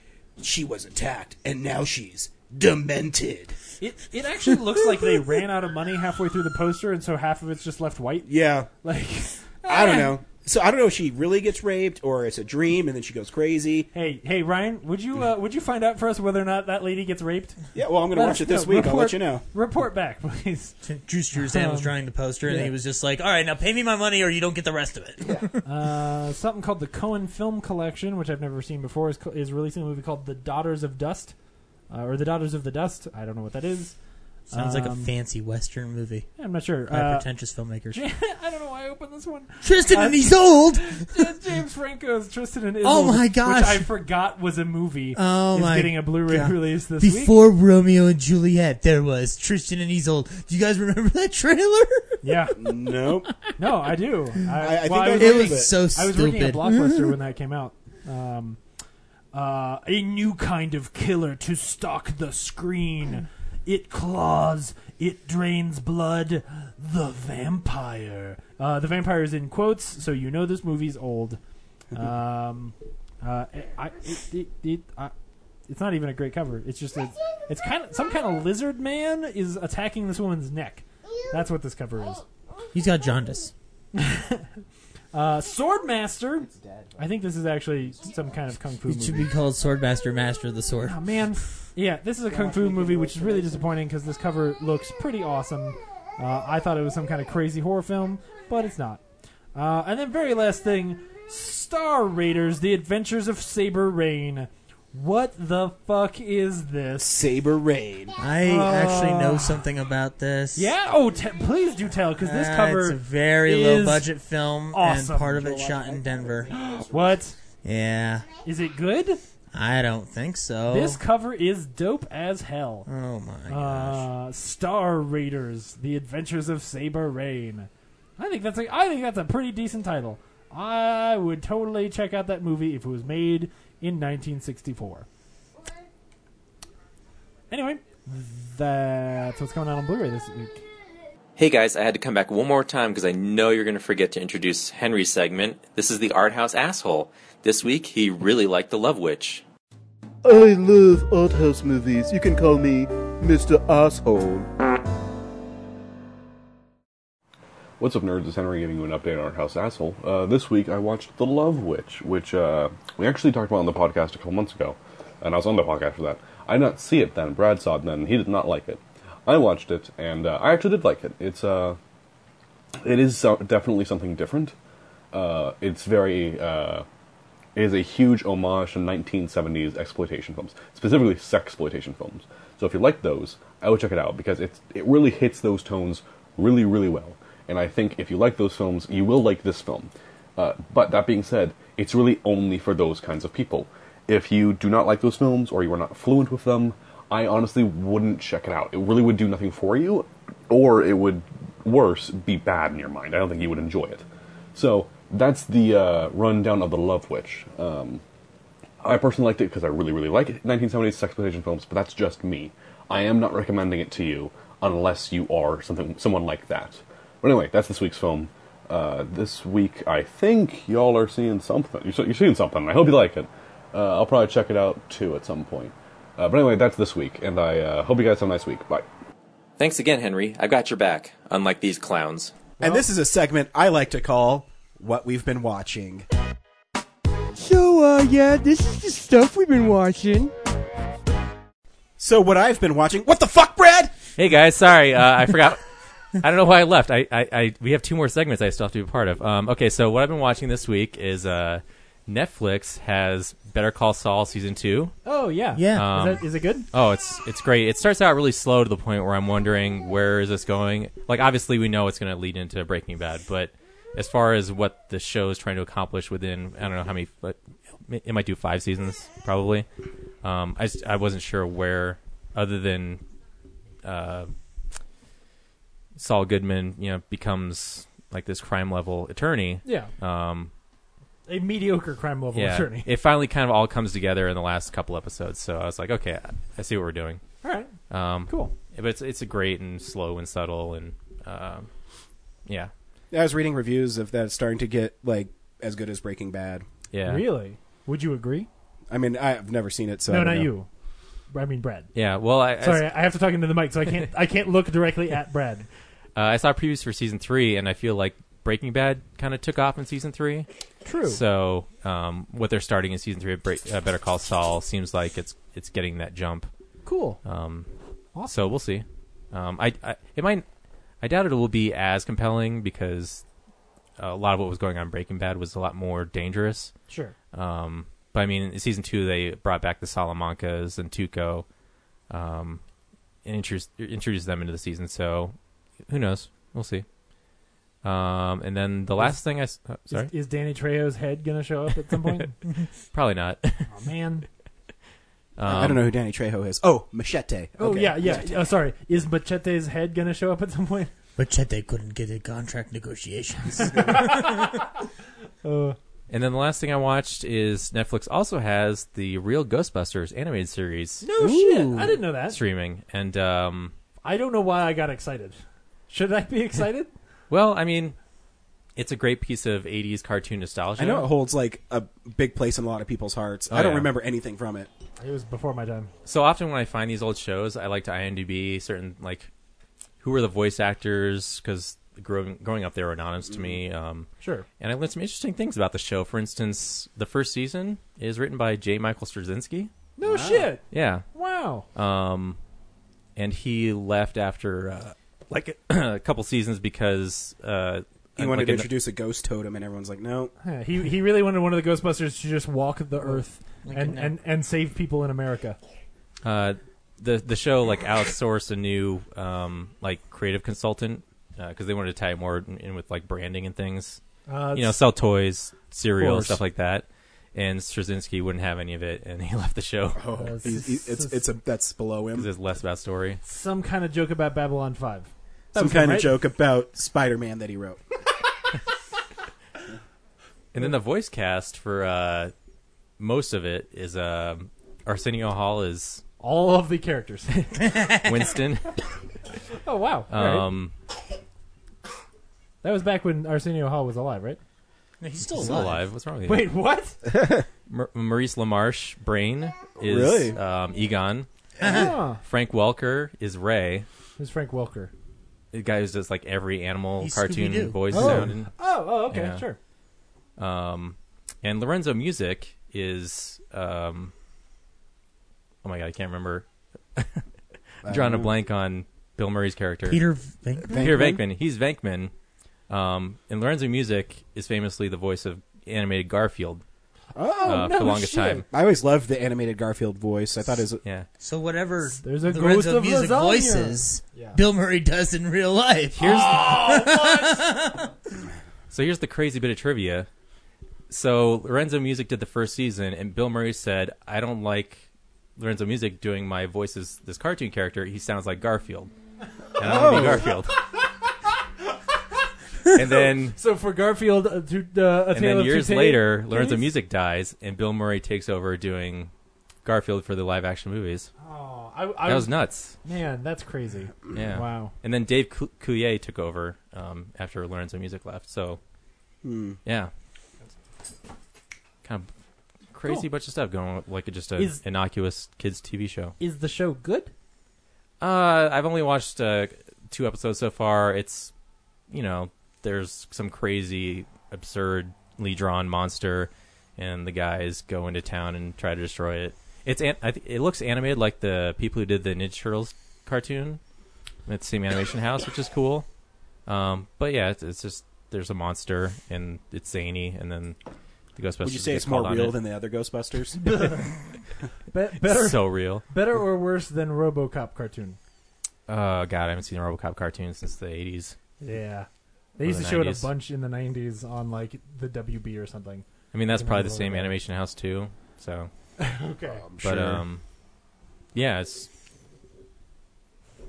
S3: she was attacked and now she's demented.
S6: it it actually looks like they ran out of money halfway through the poster, and so half of it's just left white.
S3: Yeah,
S6: Like,
S3: I don't know. So I don't know if she really gets raped or it's a dream and then she goes crazy.
S6: hey hey Ryan, would you uh, would you find out for us whether or not that lady gets raped?
S3: Yeah, well, I'm going to
S6: Let
S3: watch
S6: us
S3: it this
S6: know.
S3: week. I'll
S6: Report-
S3: let you know.
S6: Report back, please.
S7: Drew Struzan was drawing the poster, and
S6: Um, yeah.
S7: he was just like, "All right, now pay me my money, or you don't get the rest of it."
S6: Uh, something called the Cohen Film Collection, which I've never seen before, is, co- is releasing a movie called The Daughters of Dust, uh, or The Daughters of the Dust. I don't know what that is.
S7: Sounds like a
S6: Um,
S7: fancy western movie
S6: I'm not sure.
S7: by
S6: Uh,
S7: pretentious filmmakers.
S6: I don't know why I opened this one.
S7: Tristan and Isolde.
S6: That's James Franco's Tristan and
S7: Oh
S6: Isolde,
S7: my
S6: which
S7: gosh.
S6: I forgot was a movie.
S7: Oh
S6: is
S7: my
S6: getting a Blu-ray
S7: God.
S6: release this week.
S7: Before Romeo and Juliet, there was Tristan and Isolde. Do you guys remember that trailer?
S6: Yeah,
S3: Nope.
S6: no, I do.
S3: I- I
S6: well,
S3: think I It
S6: was
S7: It
S3: was
S7: was
S3: But-
S7: so
S6: I was working at
S7: stupid.
S6: Blockbuster when that came out. Um, uh, a new kind of killer to stalk the screen. It claws. It drains blood. The vampire. Uh, the vampire is in quotes, so you know this movie's old. Um, uh, it, I, it, it, it, I, it's not even a great cover. It's just a, it's kind of some kind of lizard man is attacking this woman's neck. That's what this cover is.
S7: He's got jaundice.
S6: Uh, Swordmaster. I think this is actually some kind of kung fu
S7: It should
S6: movie.
S7: be Ah, called Swordmaster, Master of the Sword.
S6: Oh man, yeah, this is a kung fu movie, which is really disappointing because this cover looks pretty awesome. Uh, I thought it was some kind of crazy horror film, but it's not. Uh, and then very last thing, Star Raiders: The Adventures of Saber Rain. What the fuck is this?
S3: Saber Rain.
S7: I actually know something about this.
S6: uh, Yeah. Oh, te- please do tell, because this
S7: Uh, it's a
S6: cover.
S7: very low
S6: is
S7: budget film,
S6: awesome.
S7: and part of it shot in Denver.
S6: What
S7: yeah,
S6: is it good?
S7: I don't think so.
S6: This cover is dope as hell.
S7: oh my gosh!
S6: Uh, Star Raiders: The Adventures of Saber Rain. I think that's a, I think that's a pretty decent title. I would totally check out that movie if it was made in 1964. Anyway, that's what's coming out on Blu-ray this week.
S10: Hey guys, I had to come back one more time because I know you're going to forget to introduce Henry's segment. This is the Art House Asshole. This week, he really liked The Love Witch.
S11: I love art house movies. You can call me Mr. Asshole.
S4: What's up, nerds? It's Henry giving you an update on Art House Asshole. Uh, this week I watched The Love Witch, which uh, we actually talked about on the podcast a couple months ago, and I was on the podcast for that. I did not see it then. Brad saw it then. and He did not like it. I watched it, and uh, I actually did like it. It's uh, it is so- definitely something different. Uh, it's very uh, it is a huge homage to 1970s exploitation films, specifically sex exploitation films. So if you like those, I would check it out because it's it really hits those tones really really well. And I think if you like those films, you will like this film. Uh, but that being said, it's really only for those kinds of people. If you do not like those films or you are not fluent with them, I honestly wouldn't check it out. It really would do nothing for you or it would worse be bad in your mind. I don't think you would enjoy it. So that's the uh, rundown of the Love Witch. Um, I personally liked it because I really, really like it. 1970s sexploitation films, but that's just me. I am not recommending it to you unless you are something, someone like that. But anyway, that's this week's film. Uh, this week, I think y'all are seeing something. You're, you're seeing something. I hope you like it. Uh, I'll probably check it out too at some point. Uh, but anyway, that's this week, and I uh, hope you guys have a nice week. Bye.
S10: Thanks again, Henry. I've got your back, unlike these clowns.
S3: and this is a segment I like to call What We've Been Watching.
S12: So, uh, yeah, this is the stuff we've been watching.
S3: So, what I've been watching. What the fuck, Brad?
S5: Hey guys, sorry, uh, I forgot. I don't know why I left. I, I, I we have two more segments I still have to be a part of. Um, okay, so what I've been watching this week is uh, Netflix has Better Call Saul season two.
S6: Oh, yeah. Yeah. Is that- is it good?
S5: Oh, it's it's great. It starts out really slow to the point where I'm wondering where is this going. Like obviously we know it's going to lead into Breaking Bad, but as far as what the show is trying to accomplish within, I don't know how many, but it might do five seasons probably. Um, I just- I wasn't sure where other than. Uh, Saul Goodman, you know, becomes like this crime level attorney.
S6: Yeah.
S5: Um,
S6: A mediocre crime level
S5: yeah.
S6: attorney.
S5: It finally kind of all comes together in the last couple episodes. So I was like, okay, I- I see what we're doing.
S6: All right.
S5: Um,
S6: Cool.
S5: But it's it's a great and slow and subtle and um, yeah,
S3: I was reading reviews of that it's starting to get, like, as good as Breaking Bad.
S5: yeah,
S6: Really? Would you agree?
S3: I mean, I've never seen it, so. I
S6: no,
S3: don't
S6: not
S3: know.
S6: you. I mean, Brad.
S5: yeah. Well, I I-
S6: Sorry, I, have to talk into the mic, so I can't. I can't look directly at Brad.
S5: Uh, I saw previews for season three, and I feel like Breaking Bad kind of took off in season three.
S6: True.
S5: So um, what they're starting in season three of Break, uh, Better Call Saul seems like it's it's getting that jump.
S6: Cool.
S5: Um,
S6: Awesome.
S5: So we'll see. Um, I, I it might I doubt it will be as compelling because a lot of what was going on in Breaking Bad was a lot more dangerous.
S6: Sure.
S5: Um, but I mean, in season two they brought back the Salamancas and Tuco, um, and introduced introduced them into the season. So who knows? We'll see. Um, and then the last thing I s- oh, sorry
S6: Is, is Danny Trejo's head gonna show up at some point?
S5: probably not.
S6: oh man.
S3: I I don't know who Danny Trejo is. Oh, Machete.
S6: Oh
S3: Okay.
S6: yeah, yeah. Oh, sorry. Is Machete's head gonna show up at some point?
S7: Machete couldn't get a contract negotiations.
S6: Uh,
S5: And then the last thing I watched is Netflix also has the Real Ghostbusters animated series.
S6: No shit. Ooh. I didn't know that.
S5: Streaming and um,
S6: I don't know why I got excited. Should I be excited?
S5: well, I mean, it's a great piece of '80s cartoon nostalgia.
S3: I know it holds, like, a big place in a lot of people's hearts.
S5: Oh,
S3: I don't
S5: yeah.
S3: remember anything from it.
S6: it was before my time.
S5: So often when I find these old shows, I like to IMDb certain like who are the voice actors because growing growing up they were anonymous to
S3: Mm-hmm.
S5: me. Um,
S6: Sure.
S5: And I learned some interesting things about the show. For instance, the first season is written by J. Michael Straczynski.
S6: No shit.
S5: Yeah.
S6: Wow.
S5: Um, and he left after uh, like a couple seasons because uh,
S3: He
S5: like
S3: wanted to
S5: in the-
S3: introduce a ghost totem, and everyone's like, no.
S6: Yeah, He he really wanted one of the Ghostbusters to just walk the earth
S3: Like
S6: and,
S3: a-
S6: and, and save people in America.
S5: uh, the the show like outsourced a new um, like creative consultant because they wanted to tie it more in, in with like branding and things.
S6: Uh,
S5: you know,
S6: it's-
S5: sell toys, cereal,
S6: course.
S5: stuff like that. And Straczynski wouldn't have any of it, and he left the show.
S3: Oh, he's- he- it's it's a that's below him.
S5: because it's less about story.
S6: Some kind of joke about Babylon Five. That
S3: Some
S6: was him,
S3: kind of
S6: right?
S3: joke about Spider-Man that he wrote.
S5: And then the voice cast for uh, most of it is um Arsenio Hall is
S6: All of the characters.
S5: Winston.
S6: oh wow. All right.
S5: Um,
S6: That was back when Arsenio Hall was alive, right?
S7: No, he's
S5: still Still alive. alive. What's wrong with you?
S6: Wait, what?
S5: Ma- Maurice LaMarche Brain is
S6: Really?
S5: um, Egon.
S6: Ah.
S5: Frank Welker is Ray.
S6: Who's Frank Welker?
S5: The guy who does like every animal
S6: He's
S5: cartoon
S6: Scooby-Doo.
S5: voice
S6: Oh.
S5: sound. and-
S6: Oh, oh, okay, sure.
S5: Um, and Lorenzo Music is um, oh my god, I can't remember. I'm drawing a
S7: Um,
S5: blank on Bill Murray's character.
S7: Peter Venkman?
S5: Peter
S7: Venkman?
S5: Venkman. He's Venkman. Um, and Lorenzo Music is famously the voice of animated Garfield. uh, for the longest time.
S3: I always loved the animated Garfield voice. I thought it was
S5: yeah.
S7: So whatever
S6: There's
S3: a
S7: Lorenzo
S3: ghost of
S7: Music
S3: lasagna.
S7: voices, Bill Murray does in real life.
S5: Here's-
S7: Oh,
S5: So here's the crazy bit of trivia. So Lorenzo Music did the first season, and Bill Murray said, "I don't like Lorenzo Music doing my voices. This cartoon character, he sounds like Garfield." and I'm gonna
S6: Oh.
S5: be Garfield. and then
S6: so for Garfield, uh, to, uh, a
S5: and
S6: Tale
S5: then
S6: of Two
S5: years
S6: Ta-
S5: later, Lorenzo
S6: Tales?
S5: Music dies, and Bill Murray takes over doing Garfield for the live action movies.
S6: Oh, I, I
S5: that was nuts.
S6: Man, that's crazy.
S5: Yeah.
S6: Wow.
S5: And then Dave Cou- Coulier took over um, after Lorenzo Music left. So,
S3: Hmm.
S5: yeah, kind of crazy bunch of stuff going with, like just a
S6: Is-
S5: innocuous kids TV show.
S6: Is the
S2: Oh,
S6: show good?
S5: Uh, I've only watched uh, two episodes so far. It's, you know, there's some crazy, absurdly drawn monster, and the guys go into town and try to destroy it. It's an- I th- it looks animated like the people who did the Ninja Turtles cartoon at the same animation house, which is cool. Um, but yeah, it's, it's just there's a monster and it's zany, and then the Ghostbusters.
S3: Would you say
S5: get
S3: it's more
S5: called on
S3: real
S5: it.
S3: than the other Ghostbusters?
S6: Be- better,
S5: So real.
S6: Better or worse than RoboCop cartoon?
S5: Uh, God, I haven't seen a RoboCop cartoon since the '80s.
S6: Yeah. They
S5: Or
S6: used
S5: the
S6: to show it a
S5: 90s.
S6: bunch in the 90s on like the WB or something.
S5: I mean, that's
S6: Can
S5: probably the
S6: remember
S5: same
S6: that.
S5: animation house too. So
S6: Okay.
S5: but
S6: sure.
S5: um, yeah, it's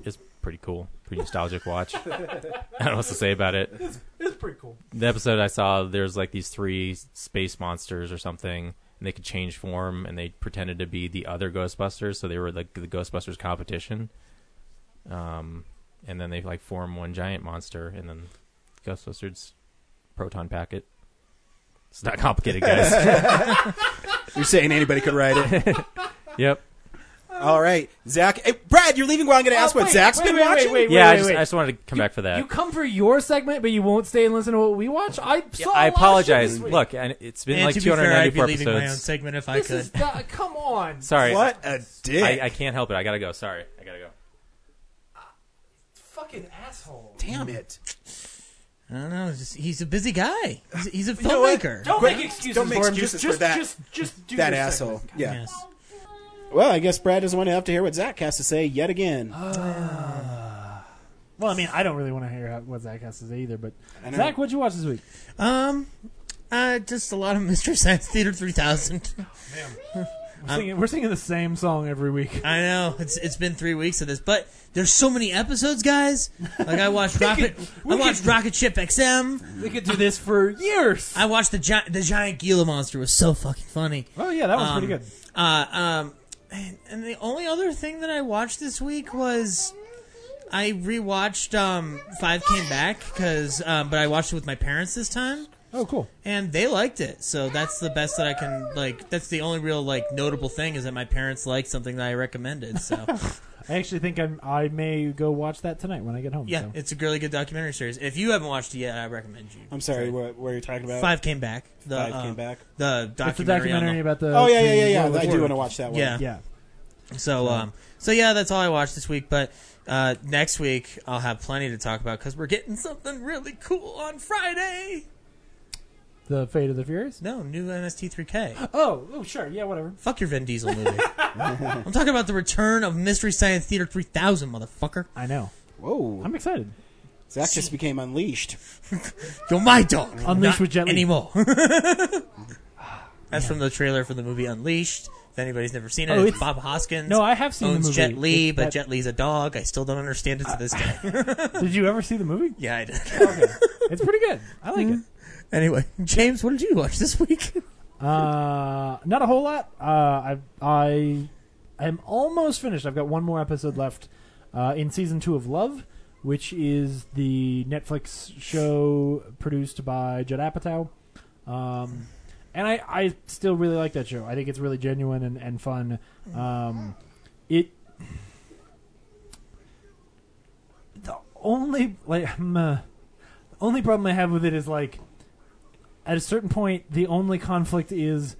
S5: it's pretty cool, pretty nostalgic watch. I don't know what to say about it.
S6: It's, it's pretty cool.
S5: The episode I saw, there's like these three space monsters or something, and they could change form, and they pretended to be the other Ghostbusters, so they were like the Ghostbusters competition. Um, and then they like form one giant monster, and then Ghostbusters proton packet. It's not complicated, guys.
S3: You're saying anybody could write it.
S5: yep.
S3: All right, Zach. Hey, Brad, you're leaving. Well, I'm going to ask what Zach's
S6: Oh, wait,
S3: been
S6: wait, wait,
S3: watching.
S6: wait, wait,
S5: yeah, I,
S6: wait,
S5: just,
S6: wait.
S5: I just wanted to come back for that.
S6: You come for your segment, but you won't stay and listen to what we watch. I
S5: Yeah,
S6: saw.
S5: I
S6: a lot of shit
S5: apologize.
S6: this week.
S5: Look, and it's been
S7: And
S5: like
S7: to be fair, I'd be
S5: 294
S7: leaving my
S5: episodes.
S7: own segment if I
S6: this is not- come on.
S5: Sorry.
S3: What a dick.
S5: I, I can't help it. I gotta go. Sorry, I gotta go.
S6: Fucking asshole.
S3: Damn it.
S7: I don't know. it's Just, he's a busy guy. He's, he's a
S3: You know what?
S7: filmmaker.
S6: Don't
S3: Quit-
S6: make excuses
S3: Don't make
S6: for him.
S3: excuses
S6: Just-
S3: for that.
S6: just- just do
S3: that
S6: your
S3: asshole.
S6: segment.
S3: Yeah. Well, I guess Brad doesn't want to have to hear what Zach has to say yet again.
S6: Well, I mean, I don't really want to hear how, what Zach has to say either. But
S3: know.
S6: Zach, what'd you watch this week?
S7: Um, uh, just a lot of Mystery Science Theater 3000.
S6: We're singing, we're singing the same song every week.
S7: I know it's it's been three weeks of this, but there's so many episodes, guys. Like I watched Rocket, I watched Rocket Ship XM.
S6: We could do this for years.
S7: I watched the gi- the giant Gila monster was so fucking funny.
S6: Oh yeah, that one's
S7: Um,
S6: pretty good.
S7: Uh, um, and, and the only other thing that I watched this week was I rewatched um Five Came Back because um, but I watched it with my parents this time
S6: Oh cool.
S7: and they liked it. So that's the best that I can like. That's the only real like notable thing is that my parents liked something that I recommended. So.
S6: I actually think I'm, I may go watch that tonight when I get home.
S7: Yeah,
S6: so.
S7: it's a really good documentary series. If you haven't watched it yet, I recommend you.
S3: I'm sorry, what, what are you talking about?
S7: Five came back. The,
S3: Five
S7: uh,
S3: Came Back?
S7: The
S6: That's the
S7: documentary.
S6: documentary
S7: on
S6: about the.
S3: Oh, yeah, yeah, yeah,
S6: the
S3: yeah.
S6: World
S3: I do
S6: War.
S3: want to watch that one.
S7: Yeah.
S6: uh, Yeah.
S7: the, so um so yeah, that's all I watched this week. But uh, next week I'll have plenty to talk about because we're getting something really cool on Friday.
S6: The Fate of the Furious.
S7: No, new MST3K.
S6: Oh, oh, sure, yeah, whatever.
S7: Fuck your Vin Diesel movie. I'm talking about the return of Mystery Science Theater 3000, motherfucker.
S6: I know.
S3: Whoa.
S6: I'm excited.
S3: Zach just became unleashed.
S7: You're my dog.
S6: Unleashed
S7: Not
S6: with Jet Li.
S7: anymore. That's from the trailer for the movie Unleashed. If anybody's never seen it,
S6: Oh,
S7: it's,
S6: it's-
S7: Bob Hoskins.
S6: No, I have seen the
S7: owns
S6: movie.
S7: Jet Li,
S6: It-
S7: but
S6: that-
S7: Jet Li's a dog. I still don't understand it to this day.
S6: Did you ever see the movie?
S7: yeah, I did.
S6: It's pretty good. I like it.
S7: anyway, James, what did you watch this week?
S6: Uh, not a whole lot. Uh, I I am almost finished. I've got one more episode left uh, in season two of Love, which is the Netflix show produced by Judd Apatow. Um, and I, I still really like that show. I think it's really genuine and, and fun. Um, it the only like hmm, uh, the only problem I have with it is like at a certain point the only conflict is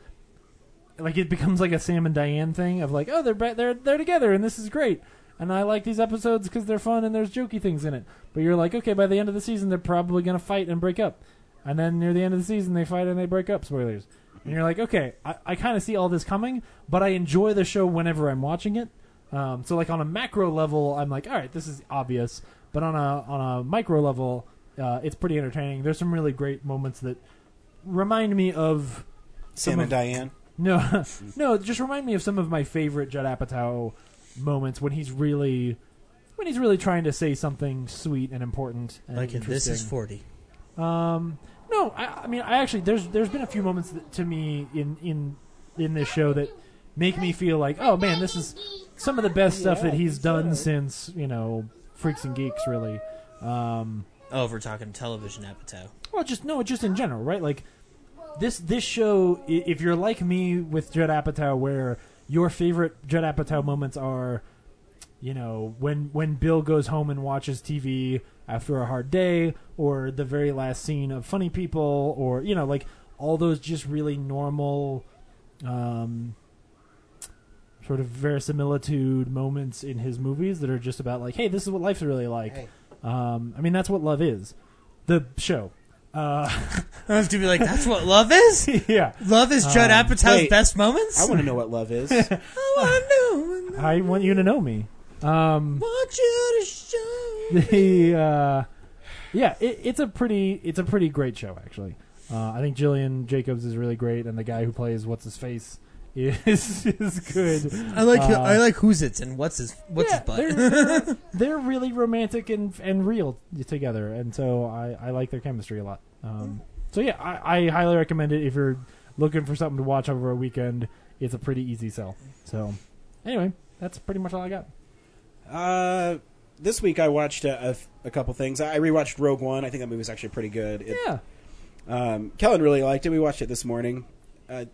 S6: like it becomes like a Sam and Diane thing of like oh they're ba- they're they're together and this is great and I like these episodes because they're fun and there's jokey things in it but you're like okay by the end of the season they're probably gonna fight and break up and then near the end of the season they fight and they break up spoilers and you're like okay I, I kind of see all this coming but I enjoy the show whenever I'm watching it um, so like on a macro level, I'm like, all right, this is obvious. But on a on a micro level, uh, it's pretty entertaining. There's some really great moments that remind me of
S3: Sam
S6: some
S3: and
S6: of-
S3: Diane.
S6: no, no, just remind me of some of my favorite Judd Apatow moments when he's really when when he's really trying to say something sweet and important. And
S7: Like in This Is
S6: interesting.
S7: 40.
S6: Um, no, I, I mean, I actually there's there's been a few moments that, to me in in in this show that make me feel like, oh man, this is some of the best stuff
S7: Yeah,
S6: that he's
S7: for
S6: done
S7: sure.
S6: since you know Freaks and Geeks, really. Um,
S7: Oh, if we're talking television apatow.
S6: well, just no, just in general, right? Like this this show. i- If you're like me with Judd Apatow, where your favorite Judd Apatow moments are, you know, when when Bill goes home and watches TV after a hard day, or the very last scene of Funny People, or you know, like all those just really normal. Um, sort of verisimilitude moments in his movies that are just about like, hey, this is what life's really like. Um, I mean, that's what love is. The show. Uh,
S7: I have to be like, that's what love is.
S6: yeah,
S7: love is Judd
S6: Um,
S7: Apatow's
S6: wait,
S7: best moments.
S6: I wanna
S3: know what love is.
S7: I want to know.
S6: I want you to know me. Um,
S7: want you to show.
S6: the uh, yeah, it, it's a pretty it's a pretty great show actually. Uh, I think Jillian Jacobs is really great, and the guy who plays what's his face is is good.
S7: I like
S6: Uh,
S7: I like who's it's and what's his what's
S6: yeah,
S7: his butt.
S6: they're, they're, they're really romantic and and real together, and so I, I like their chemistry a lot. Um, so yeah, I, I highly recommend it if you're looking for something to watch over a weekend. It's a pretty easy sell. So anyway, that's pretty much all I got.
S1: Uh, this week I watched a, a f- a couple things. I rewatched Rogue One. I think that movie's actually pretty good. It,
S6: yeah.
S1: Um, Kellen really liked it. We watched it this morning. Uh,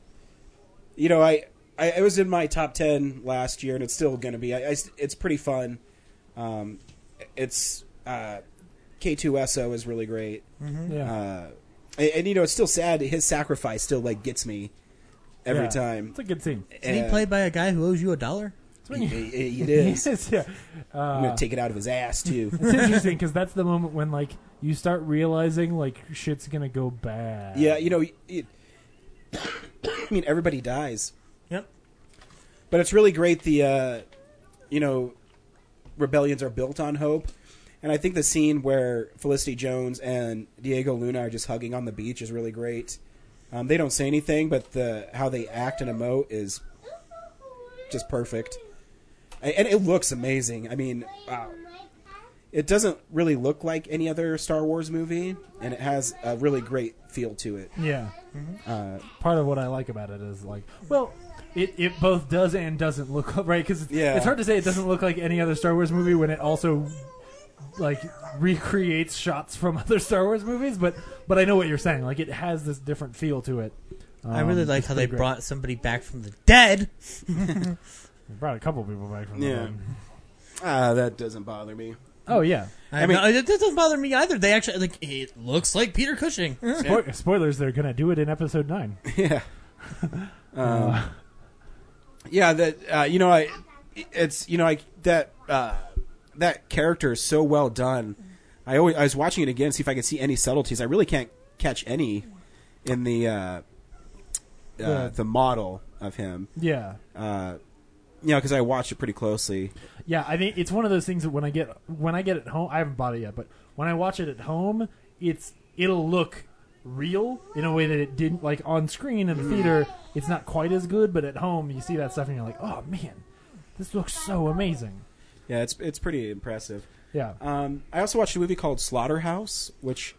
S1: you know, I, I it was in my top ten last year, and it's still going to be. I, I s- it's pretty fun. Um, it's uh, K2SO is really great.
S6: Mhm. Yeah.
S1: Uh, and, and, you know, it's still sad. His sacrifice still like gets me every
S6: Yeah.
S1: time.
S6: It's a good scene.
S7: Is he played by a guy who owes you a dollar?
S1: He, he- he is.
S6: Yes, yeah.
S1: I'm
S6: Uh,
S1: gonna take it out of his ass too.
S6: It's interesting because that's the moment when like you start realizing like shit's gonna go bad.
S1: Yeah, you know, it, I mean, everybody dies.
S7: Yep.
S1: But it's really great. The uh, you know, rebellions are built on hope, and I think the scene where Felicity Jones and Diego Luna are just hugging on the beach is really great. Um, they don't say anything, but the how they act and emote is just perfect, A- and it looks amazing. I mean, wow. It doesn't really look like any other Star Wars movie, and it has a really great feel to it.
S6: Yeah.
S1: Uh,
S6: Mm-hmm. Part of what I like about it is like, well, it, it both does and doesn't look right because
S1: Yeah.
S6: it's hard to say it doesn't look like any other Star Wars movie when it also like recreates shots from other Star Wars movies. But but I know what you're saying. Like it has this different feel to it.
S7: I really
S6: Um,
S7: like
S6: it's
S7: how
S6: pretty
S7: they
S6: great.
S7: brought somebody back from the dead.
S6: They brought a couple people back from the
S1: Yeah.
S6: dead.
S1: Ah, that doesn't bother me.
S6: Oh yeah.
S7: I, mean, it doesn't bother me either. They actually like it looks like Peter Cushing.
S6: Spoil- spoilers, they're gonna do it in episode nine.
S1: Yeah. Um,
S6: Uh.
S1: yeah, that uh, you know, I it's you know, I that uh, that character is so well done. I always I was watching it again to see if I could see any subtleties. I really can't catch any in the uh, uh,
S6: The-
S1: the model of him.
S6: Yeah.
S1: Uh, you know, because I watched it pretty closely.
S6: Yeah, I think it's one of those things that when I get when I get it home, I haven't bought it yet, but when I watch it at home, it's it'll look real in a way that it didn't like on screen in the theater. It's not quite as good, but at home you see that stuff and you're like, oh man, this looks so amazing.
S1: Yeah, it's it's pretty impressive.
S6: Yeah.
S1: Um, I also watched a movie called Slaughterhouse, which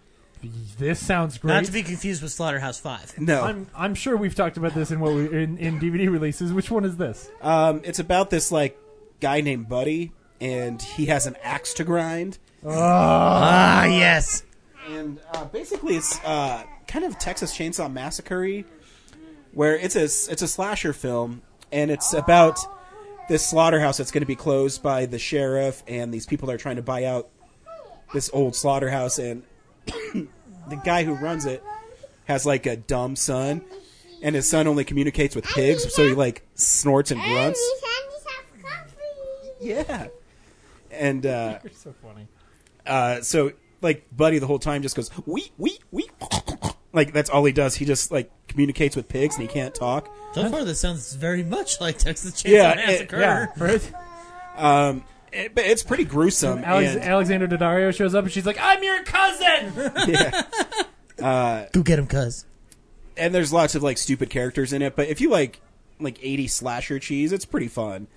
S6: This sounds great.
S7: Not to be confused with Slaughterhouse Five.
S1: no,
S6: I'm I'm sure we've talked about this in what we in, in DVD releases. Which one is this?
S1: Um, it's about this like guy named Buddy, and he has an axe to grind.
S7: Ah, yes.
S1: And uh, basically, it's uh, kind of Texas Chainsaw Massacre, where it's a it's a slasher film, and it's about this slaughterhouse that's going to be closed by the sheriff, and these people are trying to buy out this old slaughterhouse, and the guy who runs it has like a dumb son, and his son only communicates with pigs, so he like snorts and grunts. Yeah. And uh,
S6: You're so funny.
S1: uh, so like Buddy the whole time just goes wee wee wee, like that's all he does. He just like communicates with pigs and he can't talk.
S7: So far, this sounds very much like Texas Chainsaw
S1: Yeah, it-
S7: Massacre.
S1: yeah.
S6: Right?
S1: Um, it, but it's pretty gruesome.
S6: Alex,
S1: and,
S6: Alexander Daddario shows up and she's like, I'm your cousin.
S1: uh,
S7: Go get him, cuz.
S1: And there's lots of like stupid characters in it, but if you like like 80 slasher cheese, it's pretty fun.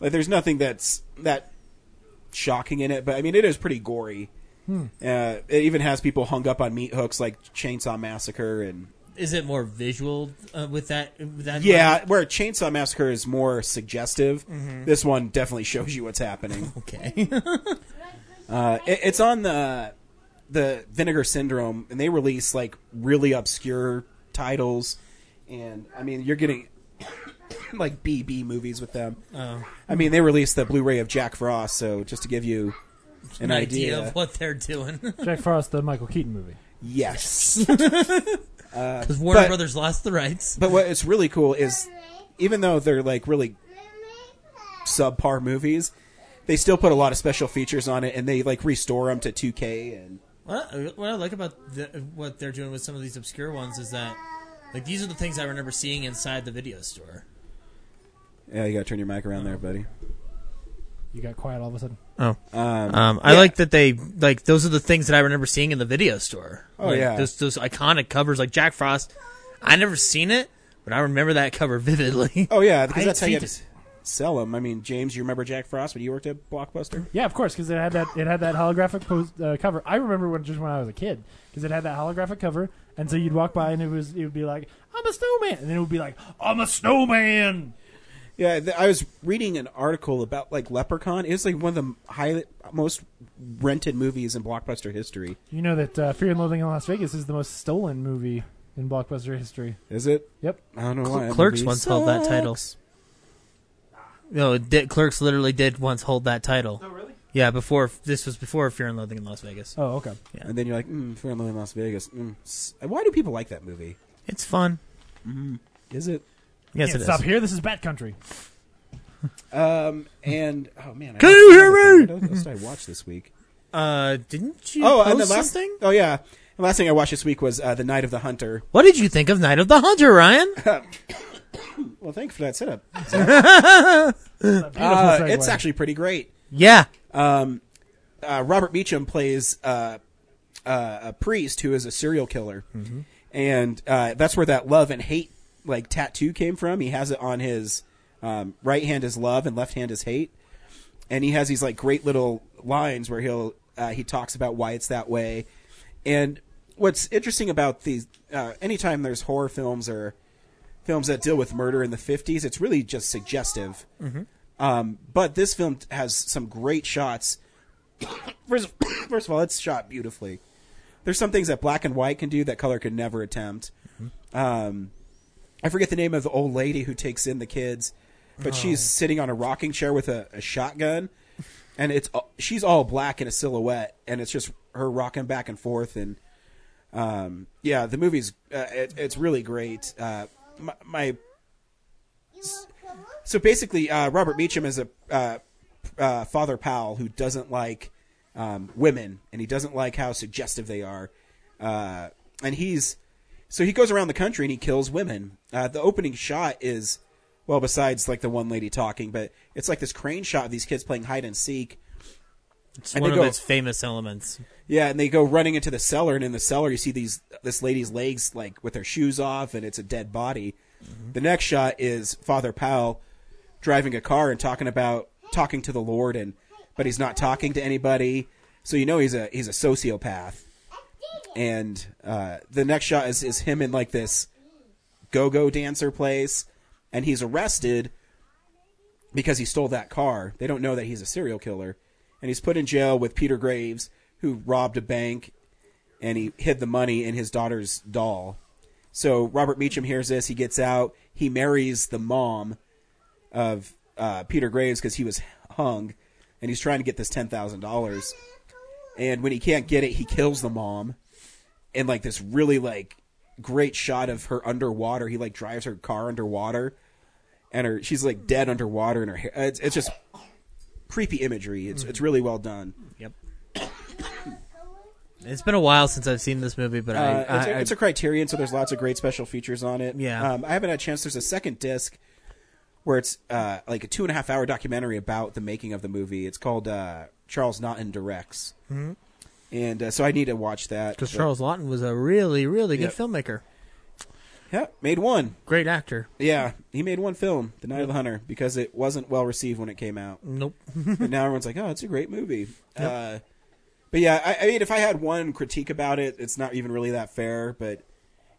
S1: Like there's nothing that's that shocking in it, but I mean it is pretty gory.
S7: Hmm.
S1: Uh, it even has people hung up on meat hooks like Chainsaw Massacre and
S7: Is it more visual uh, with that? With that
S1: yeah, where Chainsaw Massacre is more suggestive,
S7: Mhm.
S1: this one definitely shows you what's happening.
S7: Okay.
S1: uh, it, it's on the the Vinegar Syndrome, and they release like really obscure titles, and I mean you're getting like BB movies with them.
S7: Oh.
S1: I mean they released the Blu-ray of Jack Frost, so just to give you an,
S7: An idea of what they're doing.
S6: Jack Frost, the Michael Keaton movie.
S1: Yes.
S7: Because Warner
S1: but-
S7: Brothers lost the rights.
S1: But what is really cool is, even though they're like really subpar movies, they still put a lot of special features on it, and they like restore them to 2K. And
S7: What I, what I like about the, what they're doing with some of these obscure ones is that, like, these are the things I remember seeing inside the video store.
S1: yeah, you gotta turn your mic around there, buddy.
S6: You got quiet all of a sudden.
S7: Oh,
S1: Um,
S7: um, I
S1: yeah.
S7: like that they like those are the things that I remember seeing in the video store.
S1: Oh,
S7: Like,
S1: yeah.
S7: those those iconic covers like Jack Frost. I never seen it, but I remember that cover vividly.
S1: Oh yeah, because
S7: I
S1: that's how you
S7: tweeted.
S1: had to sell them. I mean, James, you remember Jack Frost when you worked at Blockbuster?
S6: Yeah, of course, because it had that it had that holographic pose, uh, cover. I remember when just when I was a kid, because it had that holographic cover, and so you'd walk by and it was it would be like I'm a snowman, and then it would be like I'm a snowman.
S1: Yeah, th- I was reading an article about like Leprechaun. It was like one of the high, most rented movies in Blockbuster history.
S6: You know that uh, Fear and Loathing in Las Vegas is the most stolen movie in blockbuster history.
S1: Is it?
S6: Yep.
S1: I don't know
S7: Cl-
S1: why.
S7: Clerks
S1: Movie
S7: once held that title.
S1: sucks.
S7: No, it did, Clerks literally did once hold that title. Oh, really? Yeah, before this was before Fear and Loathing in Las Vegas.
S6: Oh, okay.
S7: Yeah.
S1: And then you're like, mm, Fear and Loathing in Las Vegas. Mm. s- Why do people like that movie?
S7: It's fun.
S1: Mm. Is it?
S7: Yes,
S6: Can't
S7: it is.
S6: stop here. This is Bat Country.
S1: Um, and oh man, I
S6: Can
S1: watched
S6: you
S1: another
S6: hear
S1: thing.
S6: me?
S1: What else did I watch this week?
S7: Uh, didn't you?
S1: oh,
S7: post
S1: and the last
S7: something?
S1: Oh yeah, the last thing I watched this week was uh, the Night of the Hunter.
S7: What did you think of Night of the Hunter, Ryan?
S1: Well, thank you for that setup. Uh,
S7: segue.
S1: it's actually pretty great.
S7: Yeah.
S1: Um, uh, Robert Beecham plays uh, uh, a priest who is a serial killer,
S12: Mhm.
S1: and uh, that's where that love and hate like tattoo came from. He has it on his um, right hand is love and left hand is hate, and he has these like great little lines where he'll uh, he talks about why it's that way, and what's interesting about these uh, anytime there's horror films or films that deal with murder in the 50s it's really just suggestive
S12: Mhm.
S1: um, but this film t- has some great shots. first, first of all, it's shot beautifully. There's some things that black and white can do that color could never attempt. Um, I forget the name of the old lady who takes in the kids, but she's
S7: Oh.
S1: sitting on a rocking chair with a, a shotgun, and it's a- she's all black in a silhouette, and it's just her rocking back and forth. And um, yeah, the movie's uh, it, it's really great. Uh, my, my so basically, uh, Robert Beecham is a uh, uh, Father Powell who doesn't like um, women and he doesn't like how suggestive they are. Uh, and he's so he goes around the country and he kills women. Uh, the opening shot is well, besides like the one lady talking, but it's like this crane shot of these kids playing hide and seek.
S7: It's
S1: And
S7: one
S1: they
S7: of
S1: go-
S7: its famous elements.
S1: yeah, and they go running into the cellar, and in the cellar you see these this lady's legs like with her shoes off, and it's a dead body. The next shot is Father Powell driving a car and talking about talking to the Lord, and but he's not talking to anybody, so you know he's a he's a sociopath. And uh, the next shot is is him in like this go go dancer place, and he's arrested because he stole that car. They don't know that he's a serial killer. And he's put in jail with Peter Graves, who robbed a bank and he hid the money in his daughter's doll. So Robert Meacham hears this. He gets out. He marries the mom of uh, Peter Graves because he was hung and he's trying to get this $10,000. And when he can't get it, he kills the mom. And like this really like great shot of her underwater. He like drives her car underwater and her she's like dead underwater and her hair it's, it's just creepy imagery it's it's really well done
S7: yep It's been a while since I've seen this movie, but I,
S1: Uh, it's, a,
S7: I-
S1: it's a criterion so there's lots of great special features on it
S7: Yeah.
S1: um, i haven't had a chance there's a second disc where it's uh, like a two and a half hour documentary about the making of the movie it's called uh, charles naughton directs
S7: Mhm.
S1: and uh, so i need to watch that
S7: because
S1: But-
S7: Charles Lawton was a really, really good
S1: Yep.
S7: filmmaker.
S1: Yeah, made one.
S7: Great actor.
S1: Yeah, he made one film, The Night of the Hunter, because it wasn't well received when it came out.
S7: Nope.
S1: and now everyone's like, oh, it's a great movie.
S7: Yep.
S1: Uh, but yeah, I, I mean, if I had one critique about it, it's not even really that fair. But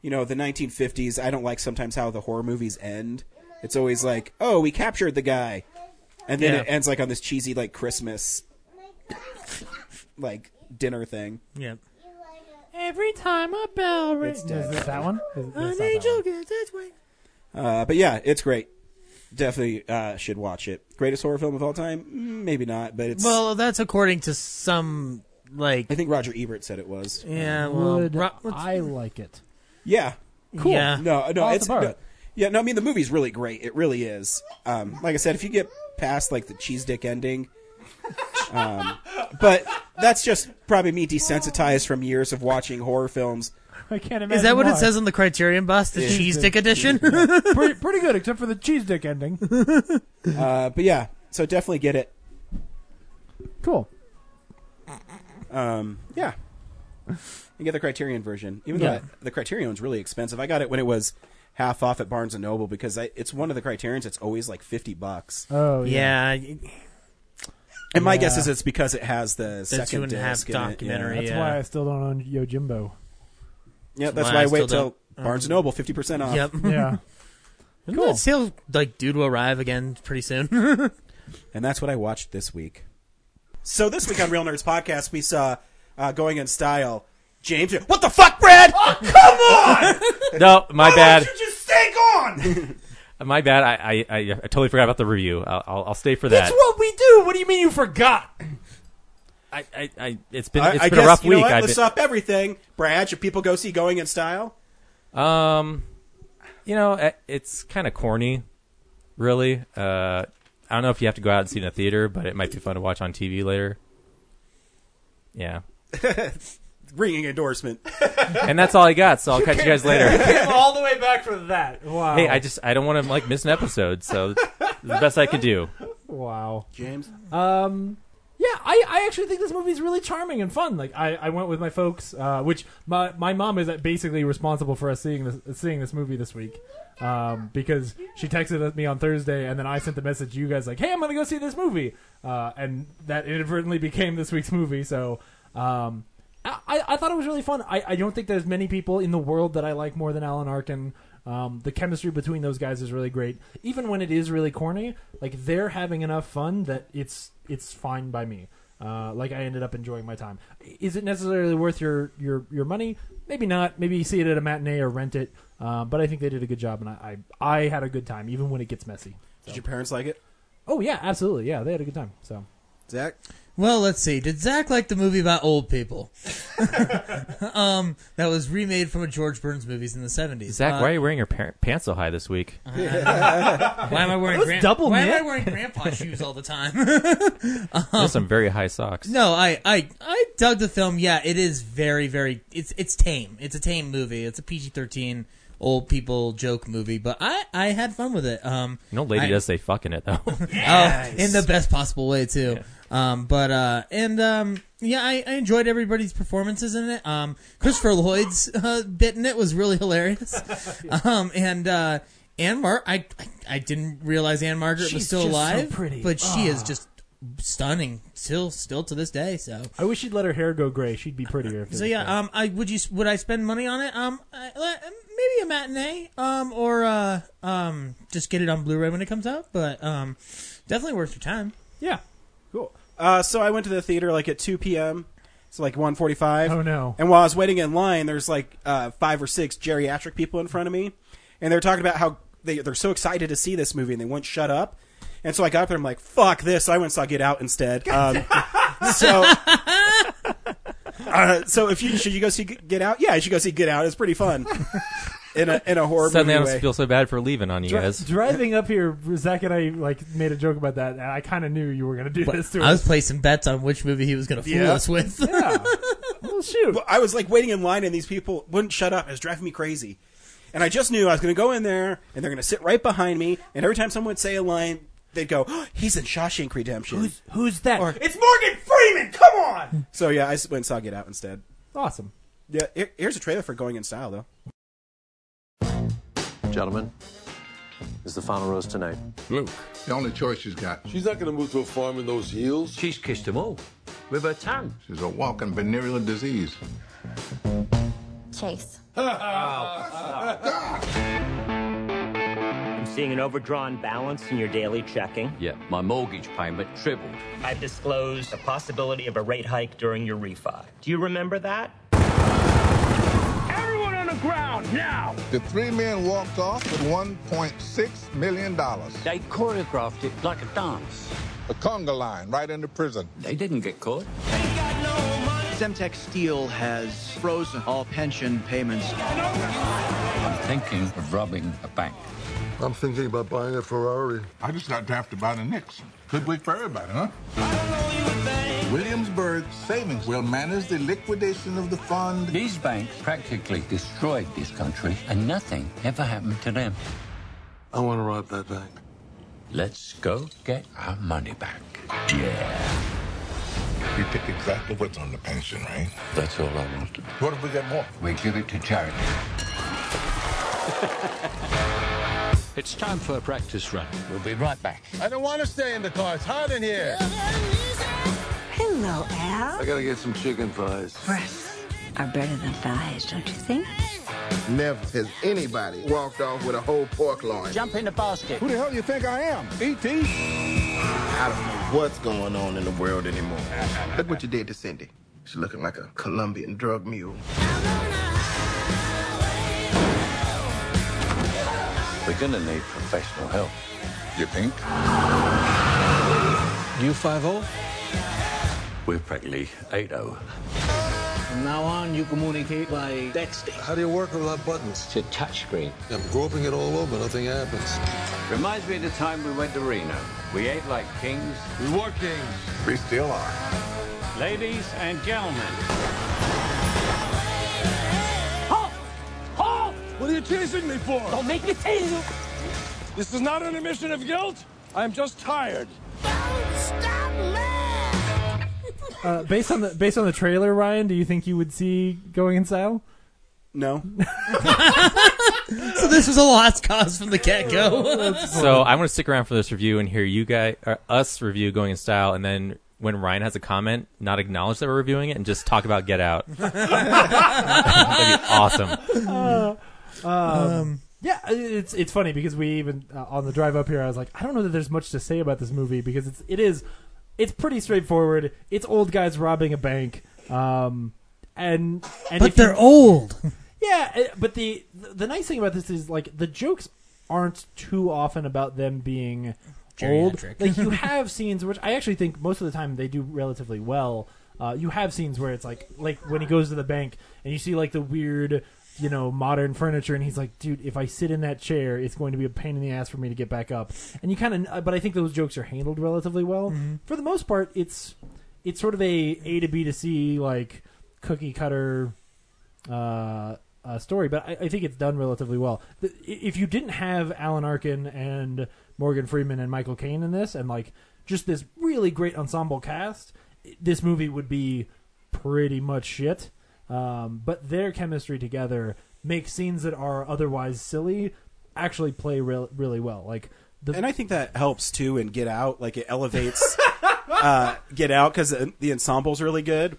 S1: you know, the 1950s, I don't like sometimes how the horror movies end. It's always like, oh, we captured the guy, and then
S7: Yeah.
S1: it ends like on this cheesy like Christmas, like dinner thing.
S7: Yeah.
S2: Every time a bell rings.
S6: dead. Is it that one? Is- that's not
S2: An
S6: that
S2: angel gets its wings.
S1: Uh, but yeah, it's great. Definitely uh, should watch it. Greatest horror film of all time? Mm, Maybe not, but it's.
S7: Well, that's according to some like.
S1: I think Roger Ebert said it was.
S7: Yeah. Well,
S6: Would
S7: Ro- let's-
S6: Um, I like it?
S1: Yeah.
S7: Cool. Yeah.
S1: No, no,
S6: Off the
S1: it's
S6: bar.
S1: no, yeah. No, I mean the movie's really great. It really is. Um, like I said, if you get past like the cheese dick ending, um, but that's just probably me desensitized from years of watching horror films.
S6: I can't imagine.
S7: is that what
S6: why.
S7: it says on the Criterion box? The
S1: Yeah.
S7: cheese dick edition.
S6: pretty, pretty good, except for the cheese dick ending.
S1: Uh, but yeah, so definitely get it.
S6: cool.
S1: Um, yeah, you get the Criterion version, even
S6: Yeah.
S1: though the Criterion's really expensive. I got it when it was half off at Barnes and Noble because I, it's one of the Criterion's. It's always like fifty bucks.
S6: Oh yeah.
S7: yeah.
S1: And my
S6: Yeah.
S1: guess is it's because it has the, second
S7: two and a half
S1: disc in it, yeah.
S7: documentary,
S6: That's
S7: Yeah.
S6: why I still don't own Yojimbo.
S1: Yeah, that's
S7: Why
S1: why
S7: I
S1: I wait
S7: still
S1: till
S7: don't- um,
S1: Barnes and Noble, fifty percent off.
S7: Yep.
S6: Yeah.
S7: Isn't
S6: Cool.
S7: that sale like due to arrive again pretty soon?
S1: And that's what I watched this week. So this week on Real Nerds Podcast, we saw uh, going in style. James, what the fuck, Brad?
S5: No, my bad.
S1: just stay gone.
S5: My bad. I, I, I, I totally forgot about the review. I'll, I'll, I'll stay for that.
S7: what we do. What do you mean you forgot?
S5: I, I, I, it's been,
S1: I,
S5: it's
S1: I
S5: been
S1: guess
S5: a rough
S1: you know
S5: week.
S1: what?
S5: I've
S1: Let's
S5: been-
S1: up everything. Brad, should people go see Going in Style?
S5: Um, you know, eh, it's kind of corny, really. Uh, I don't know if you have to go out and see it in a theater, but it might be fun to watch on TV later. Yeah,
S1: Ringing endorsement.
S5: and that's all I got. So I'll catch you guys later.
S6: all the way back for that. Wow.
S5: Hey, I just I don't want to like miss an episode, so it's the best I could do.
S6: wow.
S1: James,
S6: Um, yeah, I, I actually think this movie is really charming and fun. Like I, I went with my folks, uh, which my my mom is uh, basically responsible for us seeing this seeing this movie this week. Um, because she texted me on Thursday, and then I sent the message to you guys like, "Hey, I'm gonna go see this movie," uh, and that inadvertently became this week's movie. So, um, I, I- I thought it was really fun. I, I don't think there's many people in the world that I like more than Alan Arkin. Um, the chemistry between those guys is really great, even when it is really corny. Like they're having enough fun that it's it's fine by me. Uh, like I ended up enjoying my time. Is it necessarily worth your your your money? Maybe not. Maybe you see it at a matinee or rent it. Uh, but I think they did a good job, and I, I I had a good time, even when it gets messy.
S1: did your parents like it?
S6: Oh yeah, absolutely. Yeah, they had a good time. So
S1: Zach,
S7: Well, let's see. Did Zach like the movie about old people? um, that was remade from a George Burns movies in the seventies.
S5: Zach, why are you wearing your par- pants so high this week?
S7: Uh-huh. why am I wearing
S6: Those
S7: gran-
S6: double
S7: Why
S6: knit?
S7: am I wearing grandpa shoes all the time?
S5: Those are some very high socks.
S7: no, I, I I dug the film. Yeah, it is very very. It's it's tame. It's a tame movie. It's a PG thirteen old people joke movie. But I I had fun with it. Um,
S5: No lady
S7: I-
S5: does say fuck in it though.
S7: Oh, in the best possible way too. Um, but uh, and um, yeah, I, I enjoyed everybody's performances in it. Um, Christopher Lloyd's uh, bit in it was really hilarious. um, and uh, Anne Mar, I, I I didn't realize Anne Margaret was
S6: She's
S7: still
S6: just so
S7: alive,
S6: pretty.
S7: but she is
S6: Ah.
S7: just stunning still still to this day. So.
S6: I wish she'd let her hair go gray. She'd be prettier. If it
S7: So
S6: was
S7: yeah,
S6: gray.
S7: um, I would you would I spend money on it? Um, I, uh, maybe a matinee, um, or uh, um, just get it on Blu-ray when it comes out. But um, definitely worth your time.
S6: yeah.
S1: cool. Uh, so I went to the theater like at two p.m. It's like one forty-five.
S6: Oh no.
S1: And while I was waiting in line, there's like uh, five or six geriatric people in front of me, and they're talking about how they they're so excited to see this movie and they won't shut up. And so I got up there, I'm like, "Fuck this!" So I went and saw Get Out instead. Um, so, uh, so if you should you go see Get Out? Yeah, you should go see Get Out. It's pretty fun in a in a horror
S5: Suddenly, I
S1: movie
S5: don't
S1: way.
S5: feel so bad for leaving on you
S6: Dri-
S5: guys.
S6: Driving up here, Zach and I like made a joke about that, and I kind of knew you were going to do this to
S7: I
S6: us.
S7: was placing bets on which movie he was going to fool
S1: Yeah.
S7: us with.
S6: yeah. Well, shoot.
S1: Well, I was like waiting in line, and these people wouldn't shut up. It was driving me crazy. And I just knew I was going to go in there, and they're going to sit right behind me. And every time someone would say a line, they'd go, "Oh, "He's in Shawshank Redemption."
S6: Who's that?
S1: it's Morgan Freeman. Come on. So yeah, I s- went and saw Get Out instead.
S6: awesome.
S1: Yeah, here- here's a trailer for Going in Style though.
S13: Gentlemen, is the final rose tonight. Luke, the only choice she's got. She's not going to move to a farm in those heels. She's kissed him all with her tongue. She's a walking venereal disease.
S14: Chase.
S15: I'm seeing an overdrawn balance in your daily checking.
S13: Yeah, my mortgage payment tripled.
S15: I've disclosed the possibility of a rate hike during your refi. Do you remember that?
S16: Everyone on the ground now!
S13: The three men walked off with $1.6 million. They choreographed it like a dance. A conga line right into prison. They didn't get caught.
S17: Semtech Steel has frozen all pension payments.
S13: I'm thinking of robbing a bank. I'm thinking about buying a Ferrari. I just got drafted by the Knicks. Good week for everybody, huh? Williamsburg Savings will manage the liquidation of the fund. These banks practically destroyed this country, and nothing ever happened to them. I want to rob that bank. Let's go get our money back. Yeah. You pick exactly what's on the pension, right? That's all I want. What if we get more? We give it to charity. It's time for a practice run. We'll be right back. I don't want to stay in the car. It's hot in here.
S14: Hello, Al.
S13: I gotta get some chicken fries.
S14: Breasts are better than thighs, don't you think?
S18: Never has anybody walked off with a whole pork loin.
S13: Jump in the basket.
S18: Who the hell you think I am? E.T.? I don't know what's going on in the world anymore. Look what you did to Cindy. She's looking like a Colombian drug mule.
S13: We're gonna need professional help. You think? You 5 We're practically 8 0.
S17: From now on, you communicate by texting. How do you work without buttons?
S13: It's a touchscreen. I'm groping it all over, nothing happens. Reminds me of the time we went to Reno. We ate like kings. We were kings. We still are. Ladies and gentlemen.
S16: Halt! Halt! What are you chasing me for? Don't make me tase you. This is not an admission of guilt. I'm just tired. Don't stop
S6: Uh, based on the based on the trailer, Ryan, do you think you would see Going in Style?
S1: No.
S7: so this was a lost cause from the get go.
S5: So I want to stick around for this review and hear you guys, or us review going in style, and then when Ryan has a comment, not acknowledge that we're reviewing it and just talk about Get Out. That'd be awesome.
S6: Uh, um,
S5: Um,
S6: yeah, it- it's it's funny because we even uh, on the drive up here, I was like, I don't know that there's much to say about this movie because it's it is it's pretty straightforward. It's old guys robbing a bank, um, and, and
S7: But
S6: if you-
S7: they're old.
S6: Yeah, eh, but the the nice thing about this is like the jokes aren't too often about them being old.
S7: Geriatric.
S6: Like you have scenes which I actually think most of the time they do relatively well. Uh, you have scenes where it's like like when he goes to the bank and you see like the weird you know modern furniture and he's like dude if i sit in that chair it's going to be a pain in the ass for me to get back up and you kind of but i think those jokes are handled relatively well for the most part it's it's sort of a a to b to c like cookie cutter uh, uh, story, but I, I think it's done relatively well. The, i- if you didn't have Alan Arkin and Morgan Freeman and Michael Caine in this, and like just this really great ensemble cast, i- this movie would be pretty much shit. Um, but their chemistry together makes scenes that are otherwise silly actually play real, really well. Like
S1: and I think that helps too in Get Out. Like it elevates uh, Get Out because the, the ensemble's really good.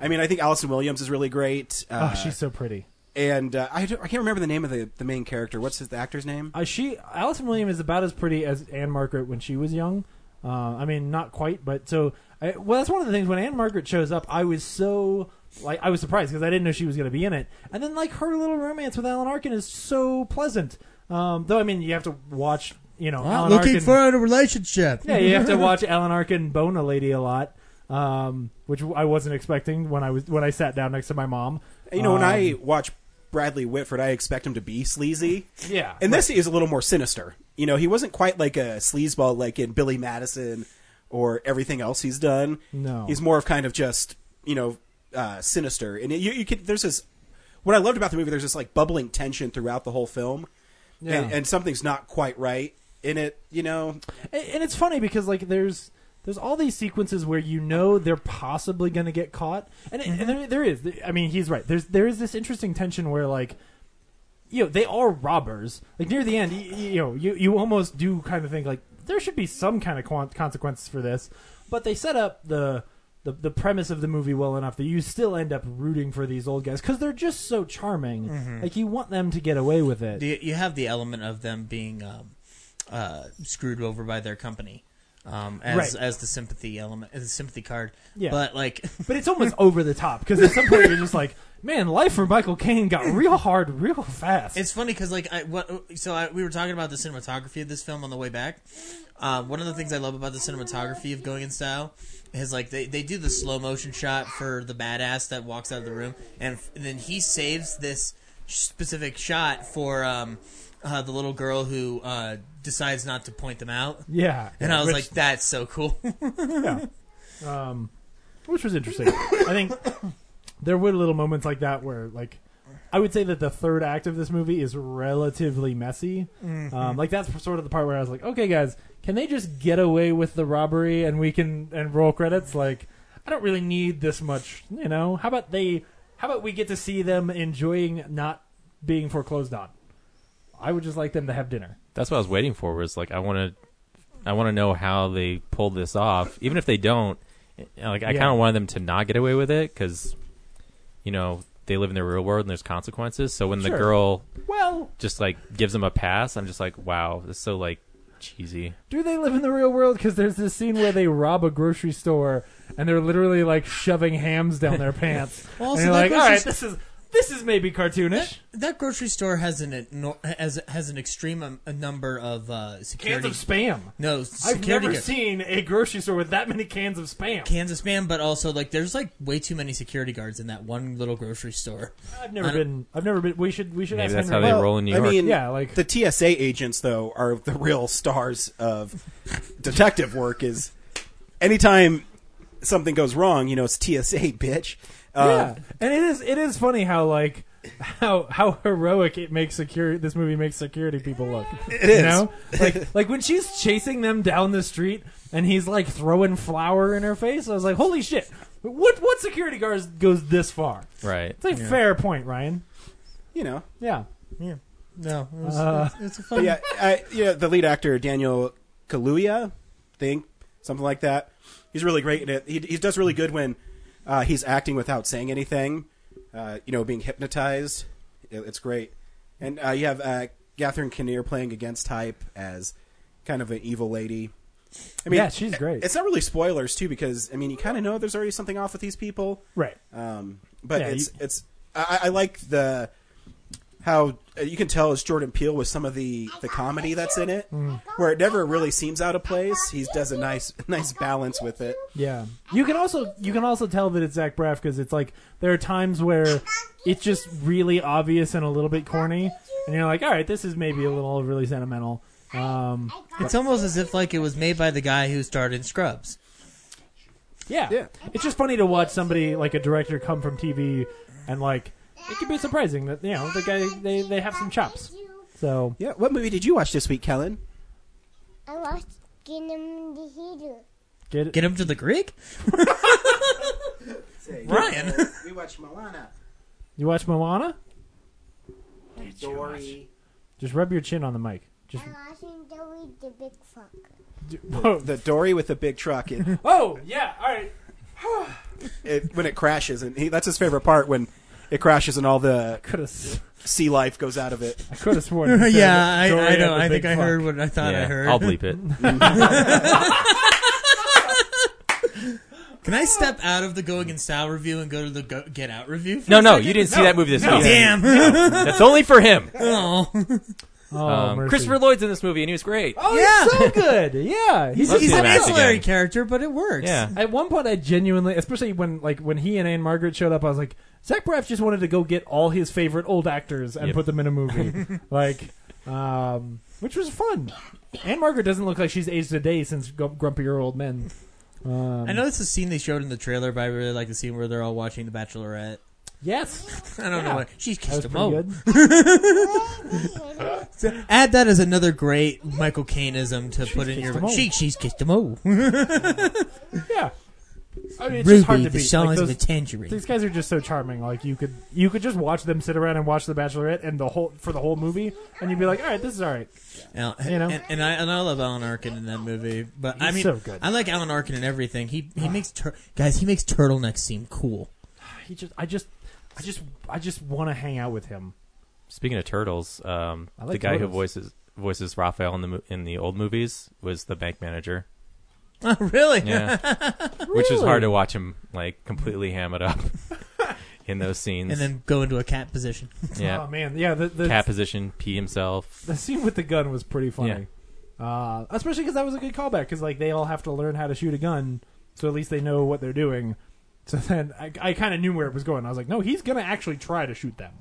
S1: I mean, I think Allison Williams is really great. Uh,
S6: oh, she's so pretty.
S1: and uh, I, don't- I can't remember the name of the, the main character. What's his, the actor's name?
S6: Uh, she Allison Williams is about as pretty as Anne Margaret when she was young. Uh, I mean, not quite, but so I, well, that's one of the things. When Anne Margaret shows up, I was so like I was surprised because I didn't know she was going to be in it. And then like her little romance with Alan Arkin is so pleasant. Um, though I mean, you have to watch, you know,
S7: Not
S6: Alan
S7: looking
S6: Arkin,
S7: for a relationship.
S6: yeah, you have to watch Alan Arkin bone a lady a lot, um, which I wasn't expecting when I was when I sat down next to my mom.
S1: You know, when
S6: Um,
S1: I watch Bradley Whitford, I expect him to be sleazy.
S6: Yeah,
S1: And this is a little more sinister. You know, he wasn't quite like a sleazeball like in Billy Madison or everything else he's done.
S6: No.
S1: He's more of kind of just, you know, uh, sinister. And you, you could, there's this, what I loved about the movie, there's this like bubbling tension throughout the whole film.
S6: Yeah.
S1: And, and something's not quite right in it, you know.
S6: and, and it's funny because like there's there's all these sequences where you know they're possibly going to get caught, and, it- and there, there is. I mean, he's right. There's there is this interesting tension where like you know, they are robbers. Like near the end, you, you know, you, you almost do kind of think like there should be some kind of quant- consequences for this, but they set up the, the the premise of the movie well enough that you still end up rooting for these old guys because they're just so charming.
S7: Mhm.
S6: Like you want them to get away with it.
S7: Do you, you have the element of them being um, uh, screwed over by their company um, as
S6: Right.
S7: as the sympathy element, as the sympathy card.
S6: Yeah.
S7: But like,
S6: but it's almost over the top because at some point you're just like, man, life for Michael Caine got real hard, real fast.
S7: It's funny because like I what so I, we were talking about the cinematography of this film on the way back. Uh, one of the things I love about the cinematography of Going in Style is like they, they do the slow motion shot for the badass that walks out of the room, and, f- and then he saves this specific shot for um, uh, the little girl who uh, decides not to point them out.
S6: Yeah.
S7: and I was
S6: Which-
S7: like, that's so cool.
S6: yeah. Um, which was interesting. I think there were little moments like that where, like, I would say that the third act of this movie is relatively messy.
S7: Mhm.
S6: Um, like that's sort of the part where I was like, okay, guys, can they just get away with the robbery and we can and roll credits? Like, I don't really need this much, you know. How about they? How about we get to see them enjoying not being foreclosed on? I would just like them to have dinner.
S5: That's what I was waiting for. Was like I want to, I want to know how they pulled this off. Even if they don't, you know, like I
S6: Yeah.
S5: kind of wanted them to not get away with it because, you know, they live in the real world and there's consequences. So when
S6: Sure.
S5: the girl,
S6: Well-
S5: just like gives them a pass, I'm just like, wow, it's so like cheesy.
S6: Do they live in the real world? Because there's this scene where they rob a grocery store and they're literally like shoving hams down their pants.
S7: Well,
S6: and
S7: also
S6: you're
S7: that
S6: like, all
S7: grocery
S6: right,
S7: sto-
S6: this is this is maybe cartoonish.
S7: That grocery store has an enor- has has an extreme um, a number of uh, security
S6: Cans of spam.
S7: No,
S6: I've
S7: security
S6: never
S7: guards.
S6: seen a grocery store with that many cans of spam.
S7: cans of spam, but also like there's like way too many security guards in that one little grocery store.
S6: I've
S7: I
S6: never
S7: don't-
S6: been. I've never been. We should. We should.
S7: Maybe
S6: ask
S7: that's
S6: Henry.
S7: how they
S6: Well,
S7: roll in New
S6: I
S7: York.
S6: mean, yeah, like
S3: the TSA agents though are the real stars of detective work. Is anytime something goes wrong, you know it's TSA, bitch. Uh,
S6: yeah, and it is. It is funny how like how how heroic it makes security. This movie makes security people look.
S3: It
S6: you
S3: is.
S6: know? like like when she's chasing them down the street and he's like throwing flour in her face. I was like, holy shit! What what security guard goes this far?
S5: Right.
S6: It's a fair point, Ryan.
S3: You know.
S6: Yeah.
S7: Yeah. No. It was,
S6: Uh,
S7: it's, it's a
S3: But
S7: fun.
S3: yeah, I, yeah. The lead actor Daniel Kaluuya, thing, something like that. He's really great in it. He, he does really good when uh, he's acting without saying anything. Uh, you know, being hypnotized. It- it's great. And uh, you have uh, Catherine Kinnear playing against type as kind of an evil lady. I mean,
S6: Yeah, she's great.
S3: It's not really spoilers too, because I mean, you kind of know there's already something off with these people,
S6: Right.
S3: Um, but
S6: Yeah,
S3: it's it's I, I like the how uh, you can tell it's Jordan Peele with some of the the comedy that's in it,
S6: Mm.
S3: where it never really seems out of place. He does a nice nice balance with it.
S6: Yeah, you can also you can also tell that it's Zach Braff because it's like there are times where it's just really obvious and a little bit corny, and you're like, all right, this is maybe a little really sentimental. Um,
S7: It's almost as if like it was made by the guy who starred in Scrubs.
S6: yeah. it's just funny to watch somebody like a director come from TV and like it can be surprising that you know the guy they they have some chops. So
S3: yeah, what movie did you watch this week, Kellen?
S9: I lost getting him in the heater.
S6: Get
S7: get him to the Greek. Ryan.
S3: we watched Moana.
S6: you watch Moana?
S3: Dory.
S6: Just rub your chin on the mic. Just
S9: I lost him with the big fuck.
S3: The, the Dory with the big truck. It,
S6: oh yeah, all right.
S3: it, when it crashes, and he, that's his favorite part when it crashes and all the sea life goes out of it.
S6: I could have sworn.
S7: you said Yeah, I- Dory I had know. the I big think I fuck. heard what I thought I Yeah, heard. I'll bleep it. Can I step out of the Going in Style review and go to the go- Get Out review? for
S5: No,
S7: a
S5: no,
S7: second?
S5: you didn't see that movie this
S7: no.
S5: week.
S7: Damn,
S5: No. That's only for him.
S7: Oh,
S5: Um,
S7: mercy.
S5: Christopher Lloyd's in this movie and he was great.
S6: Oh, yeah. so good. Yeah,
S5: He's- Love he's seeing an him act ancillary again.
S7: character, but it works.
S5: Yeah.
S6: At one point, I genuinely, especially when like when he and Anne Margaret showed up, I was like, Zach Braff just wanted to go get all his favorite old actors and
S5: Yep.
S6: put them in a movie, like, um, which was fun. Anne Margaret doesn't look like she's aged a day since Gr- Grumpier Old Men. Um,
S7: I know it's a scene they showed in the trailer, but I really like the scene where they're all watching The Bachelorette.
S6: Yes,
S7: I don't know what she's
S6: That was
S7: kissed him.
S6: pretty
S7: Oh. So add that as another great Michael Caineism to put in
S6: kissed
S7: your
S6: him all.
S7: she she's kissed him all.
S6: yeah. I mean, it's just hard
S7: Ruby, the
S6: to beat.
S7: song
S6: Like,
S7: is
S6: those-
S7: with tangerine.
S6: These guys are just so charming. Like you could you could just watch them sit around and watch The Bachelorette and the whole for the whole movie, and you'd be like, all right, this is all right.
S7: Now,
S6: You know?
S7: Uh, and, and I and I love Alan Arkin in that movie, but I
S6: He's
S7: mean,
S6: so good. Ah.
S7: I like Alan Arkin in everything. He he makes tur- guys. He makes turtlenecks seem cool.
S6: He just I just I just I just want to hang out with him.
S5: Speaking of turtles, um,
S6: I like
S5: the guy
S6: turtles.
S5: who voices voices Raphael in the mo- in the old movies was the bank manager.
S7: Oh, really?
S5: Yeah, which was
S7: Really?
S5: hard to watch him like completely ham it up in those scenes,
S7: And then go into a cat position.
S5: yeah,
S6: Oh, man. Yeah, the- the-
S5: cat position, pee himself.
S6: The scene with the gun was pretty funny, uh, especially because that was a good callback. Because like they all have to learn how to shoot a gun, so at least they know what they're doing. So then I, I kind of knew where it was going. I was like, no, he's gonna actually try to shoot them.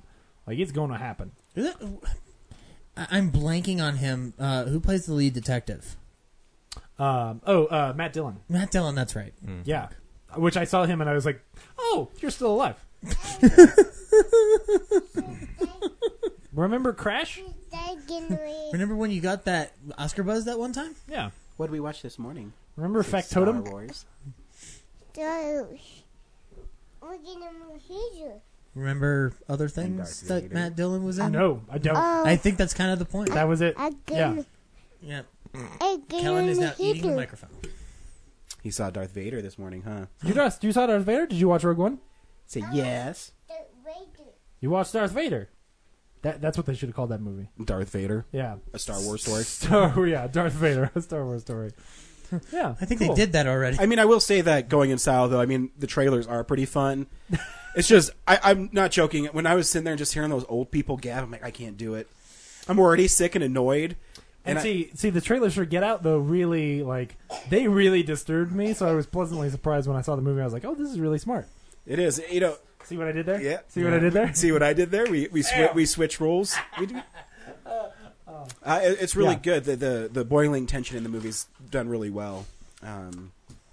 S6: Like it's going to happen.
S7: Is it- I- I'm blanking on him. Uh, who plays the lead detective?
S6: Um, oh, uh, Matt Dillon.
S7: Matt Dillon. That's right.
S6: Yeah, which I saw him and I was like, oh, you're still alive. Remember Crash?
S7: Remember when you got that Oscar buzz that one time?
S6: Yeah.
S1: What did we watch this morning?
S6: Remember
S1: Is it
S6: Factotum?
S1: Star Wars.
S9: Those. We're gonna move here.
S7: Remember other things that Matt Dillon was in?
S6: No, I don't.
S9: Oh.
S7: I think that's kind of the point.
S6: That was it.
S9: I can-
S7: Yeah.
S9: I can
S7: Kellen is now eating the
S9: hear.
S7: microphone.
S1: He saw Darth Vader this morning, huh?
S6: You just you saw Darth Vader? Did you watch Rogue One?
S1: Say yes.
S6: You watched Darth Vader. That that's what they should have called that movie.
S1: Darth Vader.
S6: Yeah.
S1: A Star Wars story.
S6: Star, yeah, Darth Vader, a Star Wars story. Yeah,
S7: I think they did that already.
S1: I mean, I will say that going in style, though. I mean, the trailers are pretty fun. It's just, I, I'm not joking. When I was sitting there and just hearing those old people gab, I'm like, I can't do it. I'm already sick and annoyed.
S6: And,
S1: I-
S6: see, see, the trailers for Get Out though really like they really disturbed me. So I was pleasantly surprised when I saw the movie. I was like, oh, this is really smart.
S1: it is, you know.
S6: See what I did there?
S1: Yeah.
S6: See what I did there?
S1: See what I did there? We we swi-
S6: Damn.
S1: we switch roles. We do. Uh, it- it's really
S6: Yeah.
S1: good. The, the the boiling tension in the movie's done really well. Um,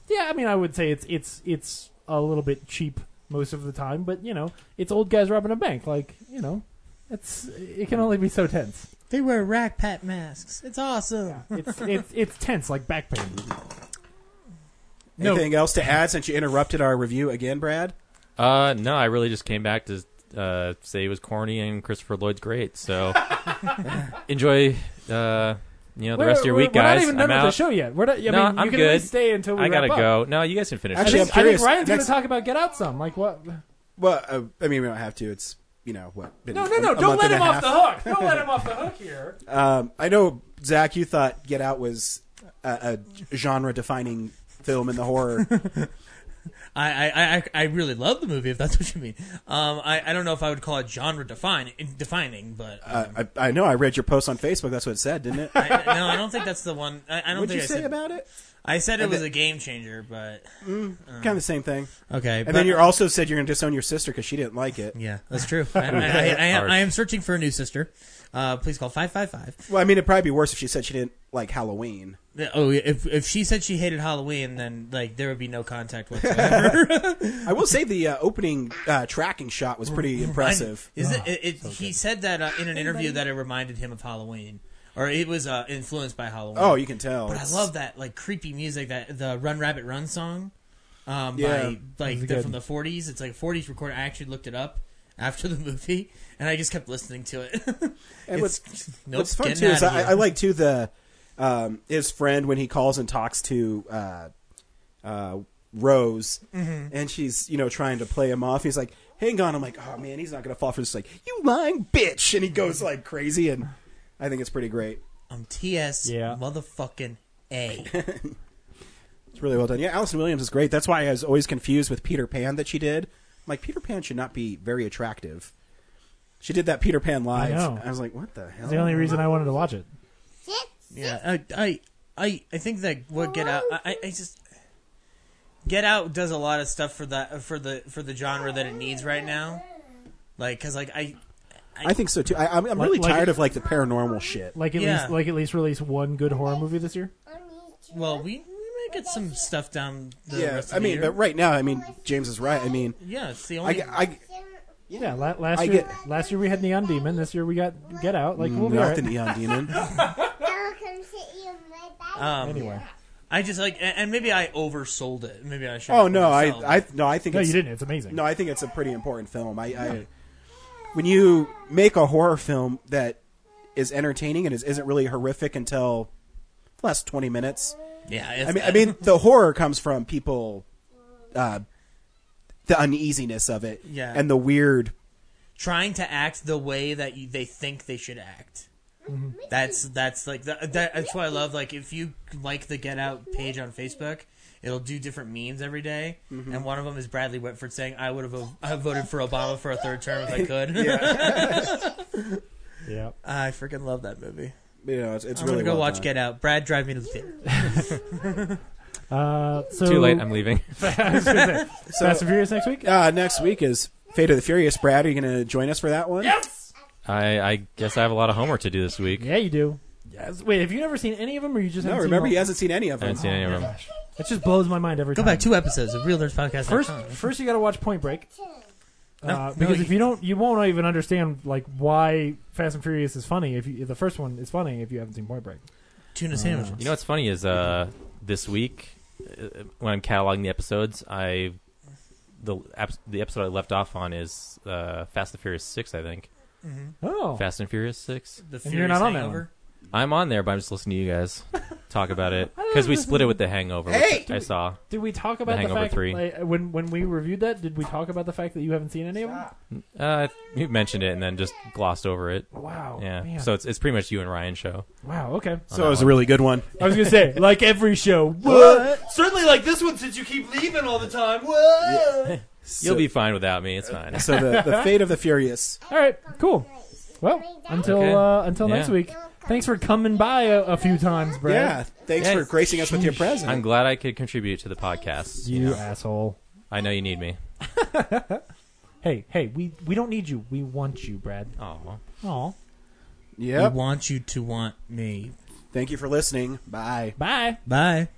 S6: Yeah, I mean, I would say it's it's it's a little bit cheap most of the time, but you know, it's old guys robbing a bank. Like you know, it's it can only be so tense.
S7: They wear rack pat masks. It's awesome.
S6: It's it's it's tense like back pain. No.
S1: anything else to add since you interrupted our review again, Brad?
S5: Uh, no, I really just came back to uh, say it was corny and Christopher Lloyd's great. So enjoy, uh, you know, the
S6: Wait,
S5: rest of
S6: wait,
S5: your
S6: we're-
S5: week,
S6: we're not
S5: guys.
S6: even
S5: I'm
S6: done with the
S5: out.
S6: show yet. We're not- I
S5: no,
S6: mean, you
S5: I'm
S6: can at
S5: good.
S6: least stay until we
S5: I gotta
S6: wrap up.
S5: go. No, you guys can finish.
S6: I
S5: this.
S6: think, I think Ryan's going to talk about Get Out some. Like what?
S1: Well, uh, I mean, we don't have to. It's you know what? been
S6: No,
S1: a-
S6: no, no!
S1: a
S6: Don't
S1: month
S6: let
S1: and
S6: him
S1: a
S6: off
S1: half.
S6: the hook. Don't let him off the hook here.
S1: Um, I know, Zach, you thought Get Out was a, a genre-defining film in the horror.
S7: I, I, I, I really love the movie, if that's what you mean. Um, I, I don't know if I would call it genre define, defining, but
S1: uh, I, I know. I read your post on Facebook. That's what it said, didn't it?
S7: I, no, I don't think that's the one. I, I don't
S1: What'd
S7: think
S1: you
S7: I
S1: say
S7: said,
S1: about it?
S7: I said
S1: I
S7: it was
S1: bet-
S7: a game changer, but uh,
S1: kind of the same thing.
S7: Okay,
S1: and
S7: but-
S1: then you also said you're going to disown your sister because she didn't like it.
S7: Yeah, that's true. I, I, I, I, am, I am searching for a new sister. Uh, please call five five five.
S1: well, I mean, it'd probably be worse if she said she didn't like Halloween.
S7: Oh, if if she said she hated Halloween, then like there would be no contact whatsoever.
S1: I will say the uh, opening uh, tracking shot was pretty impressive.
S7: I- is it, it, it- he said that uh, in an interview that it reminded him of Halloween, or it was uh, influenced by Halloween.
S1: Oh, you can tell.
S7: But I
S1: It's-
S7: love that like creepy music that the Run Rabbit Run song, um,
S1: Yeah.
S7: by like
S1: That's
S7: the,
S1: good.
S7: from the '40s. It's like '40s record. I actually looked it up after the movie, and I just kept listening to it.
S1: And
S7: It's-
S1: what's,
S7: nope,
S1: what's fun
S7: getting
S1: too is
S7: outta
S1: I,
S7: here.
S1: I like too the um, his friend when he calls and talks to uh, uh, Rose,
S7: Mm-hmm.
S12: Mhm.
S1: and she's you know trying to play him off. He's like, "Hang on," I'm like, "Oh man, he's not gonna fall for this." Like, you lying bitch, and he goes like crazy, and I think it's pretty great.
S7: I'm TS Um, motherfucking A.
S1: It's really well done. Yeah, Allison Williams is great. That's why I was always confused with Peter Pan that she did. I'm like, Peter Pan should not be very attractive. She did that Peter Pan live.
S6: know.
S1: I was like, what the hell?
S6: That's the only reason I wanted to watch it.
S7: Yeah, I, I, I, I think that what Get Out, I, I- I just Get Out does a lot of stuff for that uh, for the for the genre that it needs right now. Like, cause like I,
S1: I think so too. I, I'm, I'm
S6: Like-
S1: really
S6: like-
S1: tired of like the paranormal shit.
S6: Like at least like at least release one good horror movie this year.
S7: well, we, we might get some stuff down. The
S1: yeah,
S7: rest of
S1: I
S7: the
S1: mean,
S7: year.
S1: but right now, I mean, James is right. I mean,
S7: yeah, it's the
S1: I
S7: only.
S1: g- I g-
S6: Yeah, la- last
S1: I
S6: year
S1: get-
S6: last year we had Neon Demon. This year we got Get Out. Like we'll be
S1: Not
S6: all right.
S1: the Neon Demon.
S9: I'll come sit you in my bed.
S7: Um,
S6: anyway,
S7: I just like, and and maybe I oversold it. Maybe I should.
S1: Oh no, I, I no, I think
S6: No,
S1: it's,
S6: you didn't. It's amazing.
S1: No, I think it's a pretty important film. I, I when you make a horror film that is entertaining and is, isn't really horrific until the last twenty minutes.
S7: Yeah, it's-
S1: I mean, I mean, the horror comes from people, uh, the uneasiness of it,
S7: Yeah.
S1: and the weird.
S7: trying to act the way that you, they think they should act. That's that's like the, that, that's why I love like if you like the Get Out page on Facebook, it'll do different memes every day.
S6: Mm-hmm.
S1: Mhm.
S7: and one of them is Bradley Whitford saying, "I would have vo- I voted for Obama for a third term if I could."
S1: Yeah.
S6: Yeah.
S7: I freaking love that movie.
S1: You know, it's, it's
S7: I'm
S1: really
S7: gonna go
S1: well
S7: watch
S1: done.
S7: Get Out. Brad, drive me to the theater.
S6: Uh, so
S5: Too late, I'm leaving.
S6: I was gonna say, Fast and Furious next week.
S1: Uh, next week is Fate of the Furious. Brad, are you going to join us for that one? Yes.
S5: I, I guess I have a lot of homework to do this week.
S6: Yeah, you do. Yes. Wait, have you never seen any of them, Oh or you just
S1: No,
S6: haven't
S1: remember
S6: seen
S1: he hasn't seen any of
S5: I
S1: them.
S5: haven't seen any of them.
S6: It just blows my mind every
S7: Go
S6: time.
S7: back two episodes of Real Nerds Podcast.
S6: First, first you got to watch Point Break.
S7: No,
S6: Uh,
S7: no,
S6: because
S7: you-
S6: if you don't, you won't even understand like why Fast and Furious is funny. If, you, if the first one is funny, if you haven't seen Point Break,
S7: tuna
S6: sandwiches.
S5: You know what's funny is uh, this week uh, when I'm cataloging the episodes, I the ep- the episode I left off on is uh, Fast and Furious Six, I think.
S7: Mhm.
S6: Oh.
S5: Fast and Furious Six.
S7: The
S6: And you're not
S7: Furious
S6: on that
S7: Hangover?
S6: one.
S5: I'm on there, but I'm just listening to you guys talk about it because we split it with the Hangover. which
S6: Hey!
S5: I saw.
S6: Did we talk about
S5: the
S6: the,
S5: Hangover
S6: fact
S5: Three?
S6: like, when when we reviewed that? Did we talk about the fact that you haven't seen any of them?
S5: Uh, you mentioned it and then just glossed over it.
S6: Wow,
S5: Yeah.
S6: man.
S5: So it's it's pretty much you and Ryan show.
S6: Wow, okay.
S5: On
S6: So
S5: that
S6: it was a
S5: one.
S1: really good one.
S6: I was gonna say like every show. What?
S7: What? Certainly like this one since you keep leaving all the time. What?
S5: You'll be fine without me. It's fine.
S1: so the, the Fate of the Furious.
S6: All right, cool. Well, until
S5: Okay.
S6: uh, until next
S5: Yeah.
S6: week. Thanks for coming by a, a few times, Brad.
S1: Yeah, thanks for gracing us with your presence.
S5: I'm glad I could contribute to the podcast.
S6: You asshole.
S5: I know you need me.
S6: Hey, hey, we we don't need you. We want you, Brad.
S5: Oh.
S6: Oh.
S1: Yep.
S7: We want you to want me.
S1: Thank you for listening. Bye.
S6: Bye.
S7: Bye.